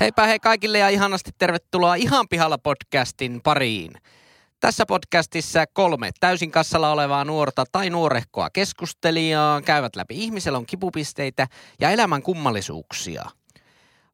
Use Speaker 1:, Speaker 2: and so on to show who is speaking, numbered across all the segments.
Speaker 1: Heipä hei kaikille ja ihanasti tervetuloa Ihan pihalla podcastin pariin. Tässä podcastissa kolme täysin kassalla olevaa nuorta tai nuorehkoa keskustelijaa käyvät läpi ihmiselon kipupisteitä ja elämän kummallisuuksia.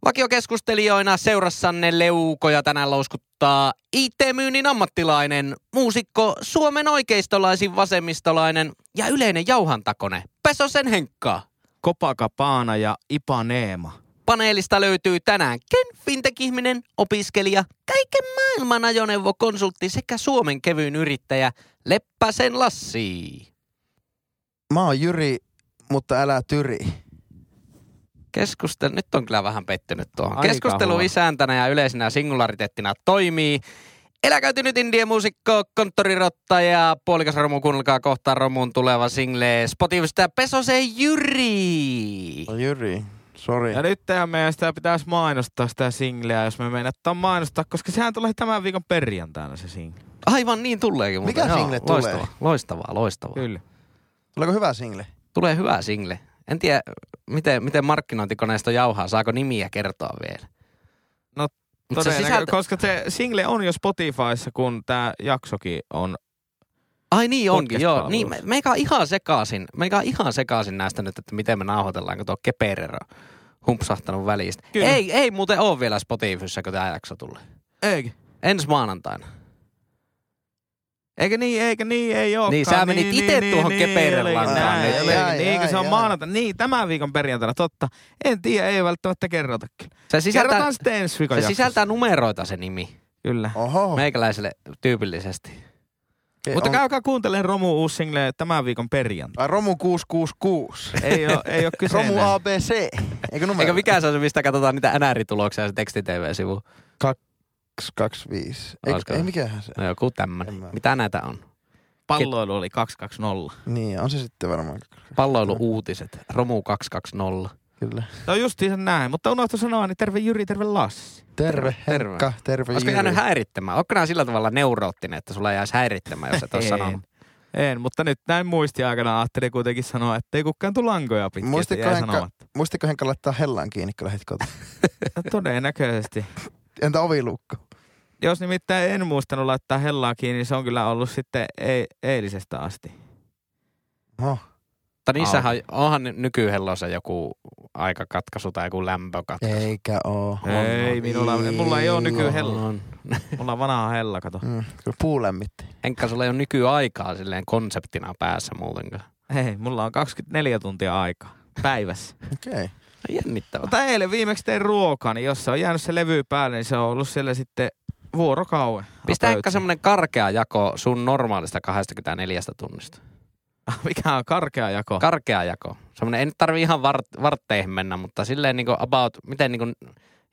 Speaker 1: Vakiokeskustelijoina seurassanne leukoja tänään louskuttaa IT-myynnin ammattilainen, muusikko, Suomen oikeistolaisin vasemmistolainen ja yleinen jauhantakone Pesosen Henkka.
Speaker 2: Kopakapaana ja Ipaneema.
Speaker 1: Paneelista löytyy tänään Ken Fintech-ihminen, opiskelija, kaiken maailman ajoneuvokonsultti sekä Suomen kevyyn yrittäjä Leppäsen Lassi.
Speaker 3: Mä oon Jyri, mutta älä tyri.
Speaker 1: Keskustel... Nyt on kyllä vähän pettynyt tuohon.
Speaker 2: Aika
Speaker 1: Keskustelu
Speaker 2: huono.
Speaker 1: isäntänä ja yleisenä singulariteettina toimii. Eläkäytynyt indie muusikko, konttorirotta ja puolikas romu, kuunnelkaa kohta romun tuleva single Spotifysta Pesosen Jyri.
Speaker 3: No Jyri, sori.
Speaker 1: Niin.
Speaker 2: Ja nythän meidän sitä pitäisi mainostaa sitä singleä, jos me meinattaa mainostaa, koska sehän tulee tämän viikon perjantaina se single.
Speaker 1: Aivan niin tuleekin. muuten.
Speaker 3: Mikä
Speaker 1: Joo,
Speaker 3: single tulee?
Speaker 1: Loistavaa, loistavaa, loistavaa.
Speaker 2: Kyllä.
Speaker 3: Tuleeko hyvä single?
Speaker 1: Tulee hyvä single. En tiedä, miten, miten markkinointikoneisto jauhaa, saako nimiä kertoa vielä.
Speaker 2: No,
Speaker 1: Mut se sisältö...
Speaker 2: Koska se single on jo Spotifyssa, kun tämä jaksokin on.
Speaker 1: Ai niin onkin, joo. Niin,
Speaker 2: podcast-palvelussa.
Speaker 1: me, meikä on ihan sekaisin, meikä on ihan sekaisin näistä nyt, että miten me nauhoitellaan, kun tuo keperero humpsahtanut välistä.
Speaker 2: Kyllä.
Speaker 1: Ei, ei muuten ole vielä Spotifyssa, kun tämä jakso tulee.
Speaker 2: Eikö?
Speaker 1: Ensi maanantaina.
Speaker 2: Eikä niin, eikä niin, ei oo.
Speaker 1: Niin, sä menit ite tuohon keperelankaan
Speaker 3: nyt.
Speaker 2: Niin,
Speaker 3: Jäi,
Speaker 2: niin, niin, kun se on
Speaker 3: jäi.
Speaker 2: maanantaina. Niin, tämän viikon perjantaina, totta. En tiedä, ei välttämättä kerrota kyllä.
Speaker 1: Se
Speaker 2: Kerrotaan
Speaker 1: sisältää,
Speaker 2: sitten ensi viikon
Speaker 1: se
Speaker 2: jaksossa.
Speaker 1: sisältää numeroita se nimi,
Speaker 2: Kyllä.
Speaker 3: Oho.
Speaker 1: meikäläiselle tyypillisesti.
Speaker 3: Okei,
Speaker 2: Mutta
Speaker 3: on-
Speaker 2: käykää kuuntelemaan Romu uusi single tämän viikon perjantaina.
Speaker 3: Ai, Romu 666.
Speaker 2: Ei ole, ei ole kyse
Speaker 3: Romu
Speaker 2: enää.
Speaker 3: ABC. Eikö numero?
Speaker 1: Eikä mikään se on se, mistä katsotaan niitä NR-tuloksia se teksti-tv-sivu.
Speaker 3: 225.
Speaker 1: Olisiko?
Speaker 3: Eikö, ei mikähän se.
Speaker 1: No joku
Speaker 3: En mä-
Speaker 1: tämmönen. Mitä näitä on?
Speaker 2: Palloilu oli 220.
Speaker 3: Niin, on se sitten varmaan.
Speaker 1: Palloilu-uutiset. Romu 220.
Speaker 3: Kyllä.
Speaker 2: No justiin sen näin, mutta unohtu sanoa, niin terve Jyri, terve Lassi.
Speaker 3: Terve,
Speaker 1: Terve.
Speaker 3: Henkka. Terve,
Speaker 1: Olisiko
Speaker 3: Jyri.
Speaker 1: jäänyt häirittämään? Onko nämä sillä tavalla neuroottinen, että sulla jäisi häirittämään, jos et ole sanonut?
Speaker 2: En, mutta nyt näin muisti aikana ajattelin kuitenkin sanoa, ettei kukaan tule lankoja pitkin.
Speaker 3: Muistitko
Speaker 2: että jäi
Speaker 3: Henkka-
Speaker 2: sanomatta.
Speaker 3: Muistiko Henkka laittaa hellaan kiinni, kun lähdit kotiin?
Speaker 2: No, Todennäköisesti.
Speaker 3: Entä ovilukko?
Speaker 2: Jos nimittäin en muistanut laittaa hellaa kiinni, niin se on kyllä ollut sitten ei, eilisestä asti.
Speaker 3: Oho.
Speaker 1: Mutta niissähän onhan ny- nykyhellossa joku aikakatkaisu tai joku lämpökatkaisu.
Speaker 3: Eikä oo.
Speaker 2: Ei, minulla, mulla ei ole nykyhella.
Speaker 1: On.
Speaker 2: Mulla on vanha hella, kato.
Speaker 3: Mm, kyllä puulemmitti.
Speaker 1: Henkka, sulla ei ole nykyaikaa silleen konseptina päässä muutenkaan.
Speaker 2: Hei, mulla on 24 tuntia aikaa päivässä.
Speaker 3: Okei. Okay.
Speaker 1: No Jännittävää.
Speaker 2: Mutta eilen viimeksi tein ruokaa, niin jos se on jäänyt se levy päälle, niin se on ollut siellä sitten vuorokauden.
Speaker 1: Pistä Henkka
Speaker 2: pöytään.
Speaker 1: semmonen karkea jako sun normaalista 24 tunnista.
Speaker 2: Mikä on karkea jako? Ka-
Speaker 1: Karkea jako. Semmonen, ei nyt tarvi ihan vart, vartteihin mennä, mutta silleen niinku about, miten niinku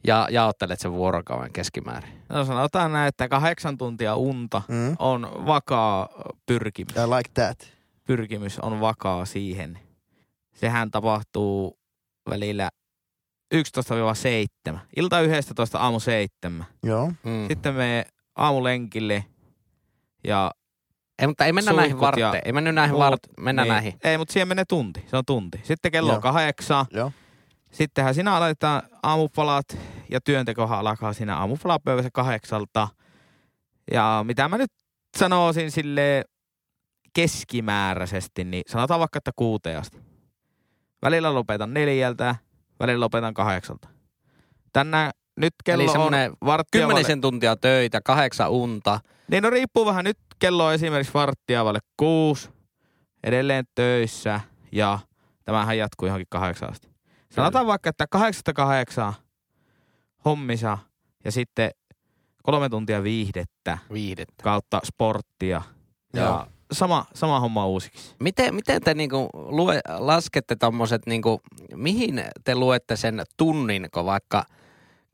Speaker 1: ja, jaottelet sen vuorokauden keskimäärin.
Speaker 2: no sanotaan näin, että kahdeksan tuntia unta
Speaker 3: Mm.
Speaker 2: on vakaa pyrkimys.
Speaker 3: I like that.
Speaker 2: Pyrkimys on vakaa siihen. Sehän tapahtuu välillä 11-7. Ilta 11 aamu 7.
Speaker 3: Joo.
Speaker 1: Mm.
Speaker 2: Sitten me aamulenkille ja
Speaker 1: Ei, mutta ei mennä näihin
Speaker 2: Suihkut ja
Speaker 1: vartteihin. Ei mennä näihin
Speaker 2: muut,
Speaker 1: vartteihin. Mennään
Speaker 2: niin,
Speaker 1: näihin.
Speaker 2: Ei, mutta siihen menee tunti. Se on tunti. Sitten kello on
Speaker 3: Joo.
Speaker 2: kahdeksan.
Speaker 3: Joo.
Speaker 2: Sittenhän sinä aloitetaan aamupalat ja työntekohan alkaa siinä aamupalapöydässä kahdeksalta. Ja mitä mä nyt sanoisin sille keskimääräisesti, niin sanotaan vaikka, että kuuteen asti. Välillä lopetan neljältä, välillä lopetan kahdeksalta. Tänään nyt kello
Speaker 1: Eli
Speaker 2: on
Speaker 1: semmoinen
Speaker 2: varttia vaille-
Speaker 1: kymmenisen tuntia töitä, kahdeksan unta.
Speaker 2: niin no riippuu vähän. Nyt kello on esimerkiksi varttia vaille kuusi. Edelleen töissä ja tämähän jatkuu johonkin kahdeksaan asti. Sanotaan vaikka, että kahdeksasta kahdeksaan hommissa ja sitten kolme tuntia viihdettä
Speaker 1: Viihdettä.
Speaker 2: kautta sporttia. Ja
Speaker 3: Joo.
Speaker 2: sama, sama homma uusiksi.
Speaker 1: Miten, miten te niinku lue, laskette tommoset, niinku, mihin te luette sen tunnin, kun vaikka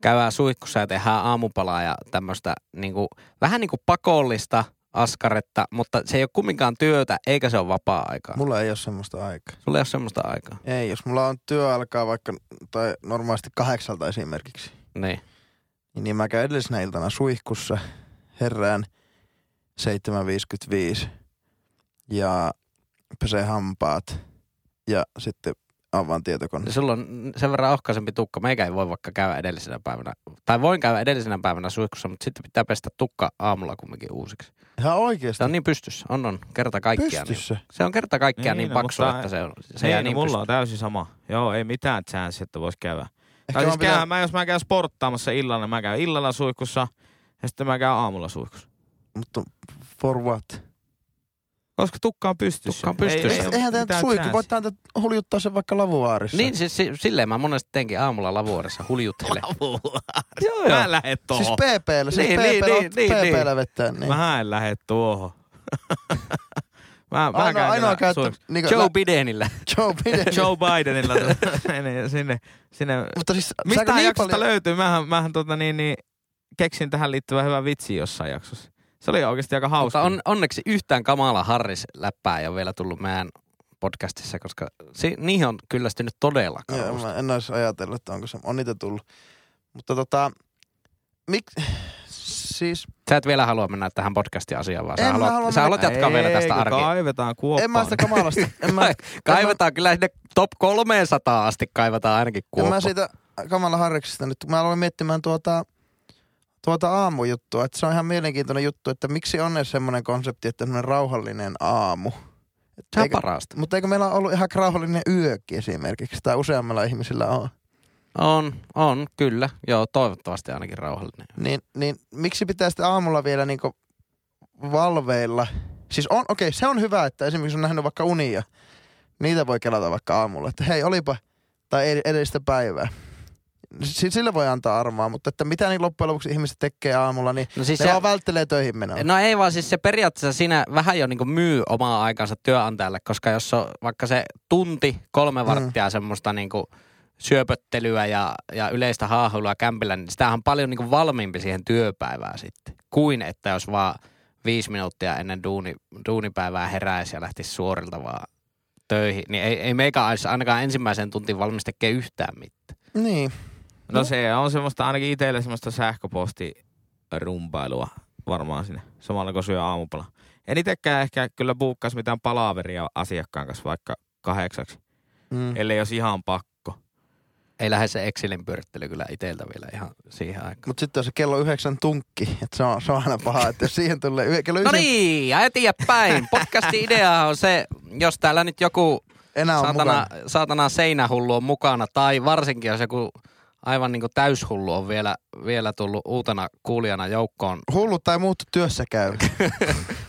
Speaker 1: käydään suihkussa ja tehdään aamupalaa ja tämmöistä niinku, vähän niinku pakollista askaretta, mutta se ei ole kumminkaan työtä eikä se ole vapaa-aikaa.
Speaker 3: Mulla ei ole semmoista aikaa.
Speaker 1: Sulla ei ole semmoista aikaa.
Speaker 3: Ei, jos mulla on työ alkaa vaikka, tai normaalisti kahdeksalta esimerkiksi,
Speaker 1: Niin.
Speaker 3: niin- niin mä käyn edellisenä iltana suihkussa, herään 7.55 ja pesen hampaat ja sitten avaan tietokone.
Speaker 1: Niin Sulla on sen verran ohkaisempi tukka. Meikä ei voi vaikka käydä edellisenä päivänä. Tai voin käydä edellisenä päivänä suihkussa, mutta sitten pitää pestä tukka aamulla kumminkin uusiksi.
Speaker 3: Ihan
Speaker 1: Se
Speaker 3: oikeesti.
Speaker 1: on niin pystyssä. On, on. Kerta kaikkiaan. Niin.
Speaker 3: Pystyssä.
Speaker 1: Se on kerta kaikkiaan niin,
Speaker 2: Niin,
Speaker 1: niin
Speaker 2: no,
Speaker 1: paksu,
Speaker 2: mutta-
Speaker 1: että se, on, se
Speaker 2: Se
Speaker 1: jää
Speaker 2: ei, no,
Speaker 1: niin
Speaker 2: mulla
Speaker 1: mulla
Speaker 2: on täysin sama. Joo, ei mitään chance, että vois käydä.
Speaker 3: Ehkä
Speaker 2: Tai
Speaker 3: mä
Speaker 2: siis
Speaker 3: pitää...
Speaker 2: käyn, mä, jos mä käyn sporttaamassa illalla, mä käyn illalla suihkussa ja sitten mä käyn aamulla suihkussa.
Speaker 3: Mutta for what?
Speaker 2: Koska tukka on pystyssä.
Speaker 1: Tukka on pystyssä.
Speaker 2: oo
Speaker 3: Eihän tämä
Speaker 2: mitään
Speaker 3: suihku,
Speaker 2: chanssiä.
Speaker 3: voit täältä huljuttaa sen vaikka lavuaarissa.
Speaker 1: Niin, siis si- silleen mä monesti teenkin aamulla lavuorissa huljuttele. joo, joo.
Speaker 2: Mä lähet tuohon.
Speaker 3: Siis PPllä, siis
Speaker 1: Niin, niin,
Speaker 3: PPllä,
Speaker 1: niin, niin,
Speaker 3: PPllä vetää niin.
Speaker 2: Mä en lähde tuohon. mä, mä
Speaker 3: Ainoa,
Speaker 2: käyn
Speaker 3: ainoa
Speaker 2: siellä
Speaker 3: käyttö,
Speaker 2: suihkussa.
Speaker 3: niin
Speaker 1: Joe Bidenillä.
Speaker 3: Joe Biden.
Speaker 2: Joe Bidenilla menee sinne, sinne.
Speaker 3: Mutta siis,
Speaker 2: Mistä
Speaker 3: niin
Speaker 2: jaksosta löytyy? Mähän, mähän tota niin, niin, keksin tähän liittyvän hyvän vitsin jossain jaksossa. Se oli oikeasti aika hauska.
Speaker 1: Mutta on, onneksi yhtään kamala Harris-läppää ei ole vielä tullut meidän podcastissa, koska si- niihin on kyllästynyt todella
Speaker 3: Joo,
Speaker 1: kauan.
Speaker 3: mä en olisi ajatellut, että onko se, on niitä tullut. Mutta tota, mik, siis
Speaker 1: Sä et vielä halua mennä tähän podcastin asiaan, vaan
Speaker 3: En
Speaker 1: sä
Speaker 3: mä
Speaker 1: haluat,
Speaker 3: halua
Speaker 1: sä haluat
Speaker 2: Ei,
Speaker 1: jatkaa vielä tästä
Speaker 2: kun
Speaker 1: arkeen.
Speaker 2: Kaivetaan kuoppaan.
Speaker 3: en mä sitä kamalasta, en mä,
Speaker 1: Kaivetaan kyllä sinne top 300 asti kaivetaan ainakin
Speaker 3: en mä
Speaker 1: kuoppa.
Speaker 3: siitä kamala harreksesta nyt, mä aloin miettimään tuota, tuota aamujuttua, että se on ihan mielenkiintoinen juttu, että miksi on edes semmoinen konsepti, että semmoinen rauhallinen aamu. Et
Speaker 1: Se on
Speaker 3: eikö-
Speaker 1: parasta.
Speaker 3: mutta eikö meillä ollut ihan rauhallinen yökin esimerkiksi, tai useammalla ihmisillä on.
Speaker 1: On, on, kyllä. Joo, toivottavasti ainakin rauhallinen.
Speaker 3: Niin, niin miksi pitää sitten aamulla vielä niinku valveilla? Siis on, okei, se on hyvä, että esimerkiksi on nähnyt vaikka unia. Niitä voi kelata vaikka aamulla, että hei, olipa, tai ed- edellistä päivää. Si- Sillä voi antaa armoa, mutta että mitä niin loppujen lopuksi ihmiset tekee aamulla, niin
Speaker 1: No siis
Speaker 3: se,
Speaker 1: se,
Speaker 3: ne vaan välttelee töihin menoa.
Speaker 1: No ei vaan siis se periaatteessa siinä vähän jo niin myy omaa aikansa työnantajalle, koska jos on vaikka se tunti, kolme varttia semmoista niin syöpöttelyä ja, ja yleistä haahuilua kämpillä, niin sitähän on paljon niin valmiimpi siihen työpäivään sitten, kuin että jos vaan viisi minuuttia ennen duuni, duunipäivää heräisi ja lähtisi suorilta vaan töihin, niin ei, ei meikä olisi ainakaan ensimmäiseen tuntiin valmis tekee yhtään mitään.
Speaker 3: Niin,
Speaker 2: No se on semmoista, ainakin itselle semmoista sähköpostirumpailua varmaan sinne, samalla kun syö aamupala. En itsekään ehkä kyllä buukkaisi mitään palaveria asiakkaan kanssa vaikka kahdeksaksi,
Speaker 3: mm.
Speaker 2: ellei jos ihan pakko.
Speaker 1: Ei lähde se Excelin pyörittely kyllä itseltä vielä ihan siihen aikaan.
Speaker 3: mutta sitten on se kello yhdeksän tunkki, että se on, se on aina paha, että jos siihen tulee yö, kello
Speaker 1: No
Speaker 3: yhdeksän,
Speaker 1: niin, ja eteenpäin. Podcastin idea on se, jos täällä nyt joku
Speaker 3: enää on
Speaker 1: saatana,
Speaker 3: mukana.
Speaker 1: saatana seinähullu on mukana, tai varsinkin jos joku aivan niin kuin täyshullu on vielä, vielä tullut uutena kuulijana joukkoon.
Speaker 3: Hullut tai muut työssä käy.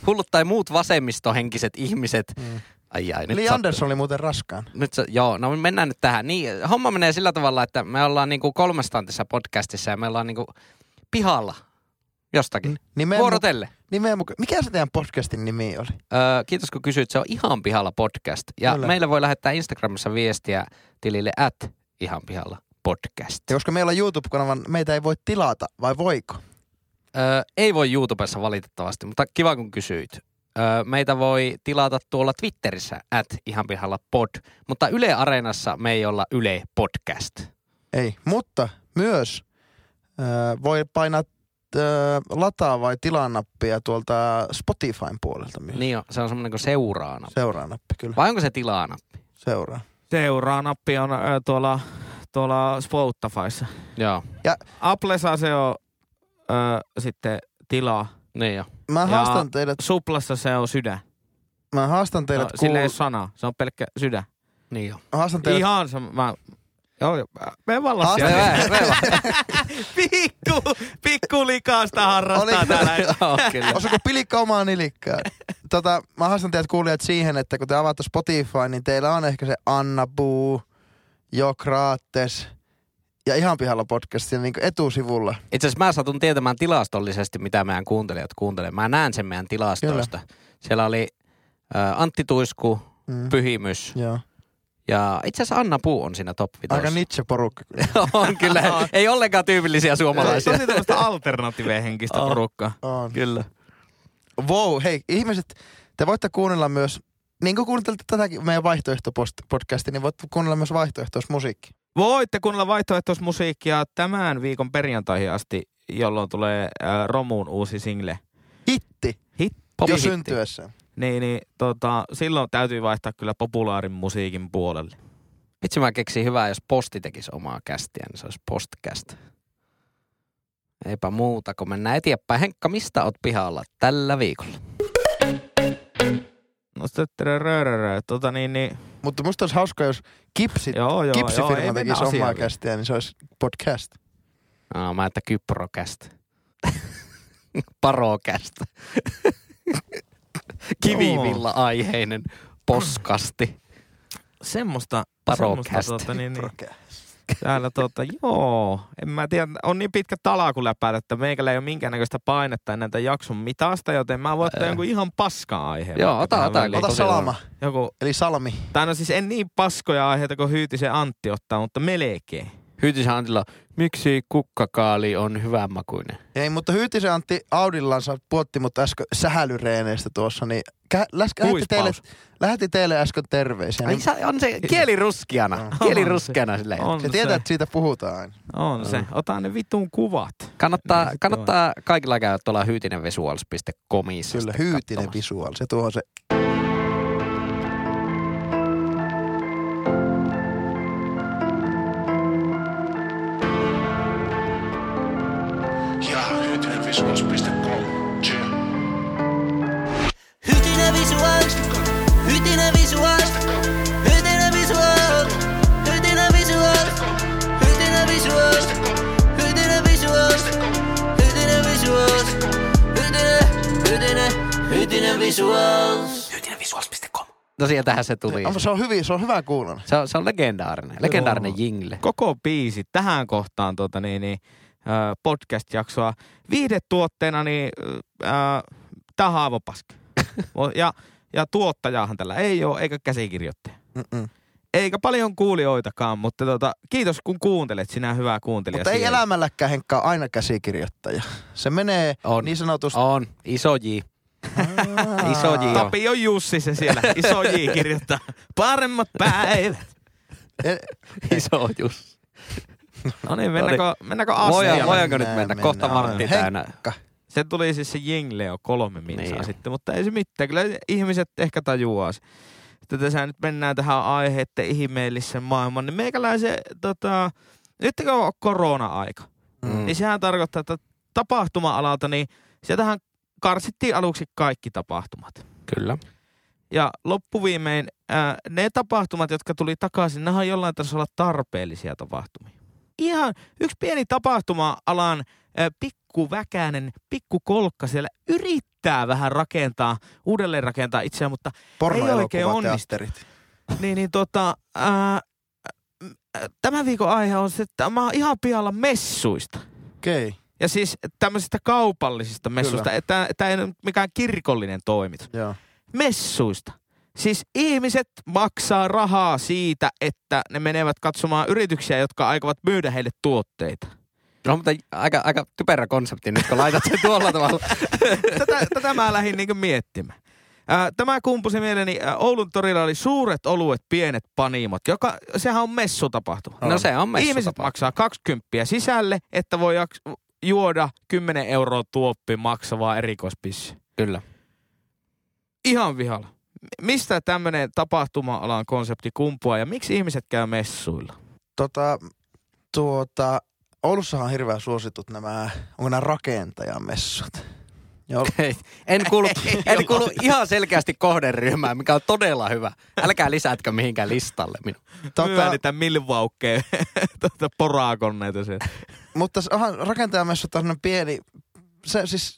Speaker 1: Hullut tai muut vasemmistohenkiset ihmiset.
Speaker 3: Mm.
Speaker 1: Ai ai, Niin. nyt
Speaker 3: Li
Speaker 1: sattuu.
Speaker 3: Andersson oli muuten raskaan.
Speaker 1: Nyt se, joo, no mennään nyt tähän. Niin, homma menee sillä tavalla, että me ollaan niinku kolmestaan tässä podcastissa ja me ollaan niinku pihalla jostakin. Mm.
Speaker 3: Nimen,
Speaker 1: Vuorotelle.
Speaker 3: Nimenmuka- Mikä se teidän podcastin nimi oli?
Speaker 1: Öö, kiitos kun kysyit, se on Ihan pihalla podcast. Ja
Speaker 3: Kyllä.
Speaker 1: Kyllä. meille voi lähettää Instagramissa viestiä tilille at Ihan pihalla podcast.
Speaker 3: Ja koska meillä on YouTube-kanavan, meitä ei voi tilata, vai voiko?
Speaker 1: Öö, ei voi YouTubessa valitettavasti, mutta kiva kun kysyit. Öö, meitä voi tilata tuolla Twitterissä at Ihan pihalla pod, mutta Yle Areenassa me ei olla Yle Podcast.
Speaker 3: Ei. Mutta myös äh, voi painaa äh, lataa vai tilaa nappia tuolta Spotifyn puolelta myös.
Speaker 1: Niin on, se on semmoinen kuin seuraana.
Speaker 3: Seuraa nappi, kyllä.
Speaker 1: Vai onko se tilaana?
Speaker 3: Seuraa.
Speaker 2: Seuraa nappi on ö, tuolla, tuolla Spotifyssa.
Speaker 1: Joo,
Speaker 2: Applessa se on ö, sitten tilaa.
Speaker 1: niin jo.
Speaker 3: Mä
Speaker 2: Ja-
Speaker 3: haastan teidät,
Speaker 2: Suplassa se on sydän.
Speaker 3: mä haastan
Speaker 2: No,
Speaker 3: teidät, no,
Speaker 2: sillä ei
Speaker 3: kuul...
Speaker 2: ole sanaa, se on pelkkä sydän.
Speaker 1: Niin jo.
Speaker 3: haastan teidät,
Speaker 2: Ihan se, mä... Joo, joo, me vallan
Speaker 3: Haaste-
Speaker 2: siellä.
Speaker 1: Hyvä, hyvä.
Speaker 2: Pikku, pikku likaasta harrastaa
Speaker 3: Oliko-
Speaker 2: täällä.
Speaker 1: Joo, kyllä.
Speaker 3: Osuuko pilikka omaa nilikkaa? Tota, mä haastan teidät kuulijat siihen, että kun te avaatte Spotify, niin teillä on ehkä se Anna Buu, Jokraattes ja ihan pihalla podcast ja niin etusivulla.
Speaker 1: Itse asiassa mä satun tietämään tilastollisesti, mitä meidän kuuntelijat kuuntelee. Mä näen sen meidän tilastoista. Kyllä. Siellä oli ä, Antti Tuisku,
Speaker 3: Mm.
Speaker 1: Pyhimys
Speaker 3: Joo.
Speaker 1: ja itse asiassa Anna Puu on siinä top 5.
Speaker 3: Aika niche porukka. kyllä.
Speaker 1: on kyllä, ei ollenkaan tyypillisiä suomalaisia.
Speaker 2: Tosi tämmöistä alternatiivehenkistä
Speaker 1: On.
Speaker 2: porukkaa.
Speaker 3: On.
Speaker 1: kyllä.
Speaker 3: Wow, hei ihmiset, te voitte kuunnella myös, niin kuin kuuntelette tätäkin meidän vaihtoehtopodcastia, niin voitte kuunnella myös vaihtoehtoismusiikki.
Speaker 2: Voitte kuunnella vaihtoehtoismusiikkia tämän viikon perjantaihin asti, jolloin tulee äh, Romuun uusi single.
Speaker 3: Hitti, jo
Speaker 1: Popihitti.
Speaker 3: syntyessä.
Speaker 2: Niin, niin tota, silloin täytyy vaihtaa kyllä populaarin musiikin puolelle.
Speaker 1: Vitsi mä keksin hyvää, jos posti tekisi omaa kästiä, niin se olisi postcast. Eipä muuta, kun mennään eteenpäin. Henkka, mistä oot pihalla tällä viikolla?
Speaker 2: No sitten rörörö. Tota niin, niin.
Speaker 3: Mutta musta olisi hauska, jos kipsi,
Speaker 2: Joo, joo, joo.
Speaker 3: kipsifirma
Speaker 2: ei mennä
Speaker 3: tekisi omaa
Speaker 2: asiaan.
Speaker 3: kästiä, niin se olisi podcast.
Speaker 1: No, mä että kyprokästä. Parokästä. Kivivilla aiheinen poskasti.
Speaker 2: Semmoista.
Speaker 1: Parocast.
Speaker 2: semmoista, Tota, niin, niin.
Speaker 3: Podcast.
Speaker 2: Täällä tuota, joo, en mä tiedä, on niin pitkä tala kuin läpäät, että meikällä ei ole minkäännäköistä painetta enää tämän jakson mitasta, joten mä voin ottaa
Speaker 1: Ää.
Speaker 2: jonkun ihan paskaa aiheen.
Speaker 1: Joo,
Speaker 2: vaikka
Speaker 1: ota,
Speaker 2: tähän
Speaker 1: ota.
Speaker 2: väliin.
Speaker 1: Eli
Speaker 3: Ota
Speaker 1: tosiaan-
Speaker 3: salama,
Speaker 2: Joku,
Speaker 3: eli salmi.
Speaker 2: tai no siis en niin paskoja aiheita kuin Hyytisen Antti ottaa, mutta melkein.
Speaker 1: Hyytisen Antilla, miksi kukkakaali on hyvänmakuinen?
Speaker 3: Ei, mutta Hyytisen Antti Audillansa puotti mut äsken sähälyreeneistä tuossa, niin kä- läs- lähetti, teille,
Speaker 2: Kuispaus.
Speaker 3: lähetti teille äsken terveisiä.
Speaker 1: Ai,
Speaker 3: Niin
Speaker 1: sä- on se kieli ruskeana.
Speaker 3: On
Speaker 1: Kieli ruskeana silleen.
Speaker 2: On
Speaker 3: se
Speaker 2: se,
Speaker 3: tietää, että siitä puhutaan aina.
Speaker 2: on se. Ota ne vitun kuvat.
Speaker 1: Kannattaa,
Speaker 2: Niin, sit
Speaker 1: kannattaa kaikilla käydä tuolla hyytinenvisuals.comissa.
Speaker 3: Kyllä,
Speaker 1: sitten
Speaker 3: Hyytinen
Speaker 1: katsomassa.
Speaker 3: visual, se tuo se.
Speaker 4: ja hytinenvisuals.com. Cheers.
Speaker 5: Hytinä visuals, hytinä visuals, hytinä visuals, hytinä visuals, hytinä visuals, hytinä visuals, hytinä visuals, hytinä, hytinä, hytinä visuals. Hytinä visuals.com.
Speaker 1: No sieltähän se tuli.
Speaker 3: Niin, se on hyvin, se on hyvä kuulon.
Speaker 1: Se on, se on legendaarinen. Legendaarinen jingle.
Speaker 2: Koko biisi tähän kohtaan tuota, niin, niin, ö, podcast-jaksoa. Viihdetuotteena niin, tämä on Haavopaska. Mo- ja, ja tuottajahan tällä ei ole, eikä käsikirjoittaja.
Speaker 3: Mm-mm.
Speaker 2: Eikä paljon kuulijoitakaan, mutta tota, kiitos kun kuuntelet, sinä hyvää kuuntelija.
Speaker 3: Mutta ei
Speaker 2: siellä.
Speaker 3: elämälläkään Henkka ole aina käsikirjoittaja. Se menee
Speaker 1: On.
Speaker 3: niin sanotusti...
Speaker 1: On. Iso J. Iso J on.
Speaker 2: Tapio Jussi se siellä, iso J kirjoittaa. Paremmat päivät.
Speaker 3: E-
Speaker 1: Iso Jussi.
Speaker 2: No niin, mennäänkö, mennäänkö asiaan?
Speaker 1: Voidaan- Voidaanko nyt
Speaker 3: mennään,
Speaker 1: mennä?
Speaker 3: mennään.
Speaker 1: Kohta Martti
Speaker 3: Hei.
Speaker 1: täynnä.
Speaker 2: Se tuli siis se jingle jo kolme minsaa
Speaker 1: Niin.
Speaker 2: niin. sitten, mutta ei se mitään. Kyllä ihmiset ehkä tajuaa se. Sitten tässä nyt mennään tähän aiheiden ihmeellisen maailmaan. Niin meikäläisen, tota, nyt kun on korona-aika,
Speaker 1: Mm.
Speaker 2: mm. niin sehän tarkoittaa, että tapahtuma-alalta, niin sieltähän karsittiin aluksi kaikki tapahtumat.
Speaker 1: Kyllä.
Speaker 2: Ja loppuviimein ää, ne tapahtumat, jotka tuli takaisin, ne on jollain tasolla tarpeellisia tapahtumia. Ihan yksi pieni tapahtuma-alan ää, pikkuväkäinen, pikkukolkka siellä yrittää vähän rakentaa, uudelleen rakentaa itseään, mutta oikein onnistu.
Speaker 3: Pornoelokuvateatterit.
Speaker 2: niin, niin tota, ää, m- ää, tämän viikon aihe on se, että mä oon ihan pihalla messuista.
Speaker 3: Okei. Okay.
Speaker 2: Ja siis tämmöisistä kaupallisista messuista, että tämä ei ole mikään kirkollinen toimitus
Speaker 3: Joo.
Speaker 2: messuista. Siis ihmiset maksaa rahaa siitä, että ne menevät katsomaan yrityksiä, jotka aikovat myydä heille tuotteita.
Speaker 1: No mutta aika, aika typerä konsepti nyt, kun laitat sen tuolla tavalla.
Speaker 2: Tätä, tätä mä lähdin niinku miettimään. Ää, Tämä kumpusi mieleeni, ää, Oulun torilla oli suuret oluet, pienet panimot, joka, sehän on messutapahtuma.
Speaker 1: No se on messu.
Speaker 2: Ihmiset maksaa 20 sisälle, että voi jaks- juoda 10 euroa tuoppi maksavaa erikoispissi.
Speaker 1: Kyllä.
Speaker 2: Ihan vihalla. M- Mistä tämmöinen tapahtuma-alan konsepti kumpuaa ja miksi ihmiset käy messuilla?
Speaker 3: Tota, tuota, Oulussahan on hirveän suositut nämä, onko nämä rakentajamessut. Joo,
Speaker 1: En kuulu, en kuulu ihan selkeästi kohderyhmään, mikä on todella hyvä. Älkää lisätkö mihinkään listalle minua.
Speaker 3: tota,
Speaker 2: niitä milvaukkeen tuota porakonneita sen.
Speaker 3: mutta se onhan rakentajamessut on semmonen pieni, se siis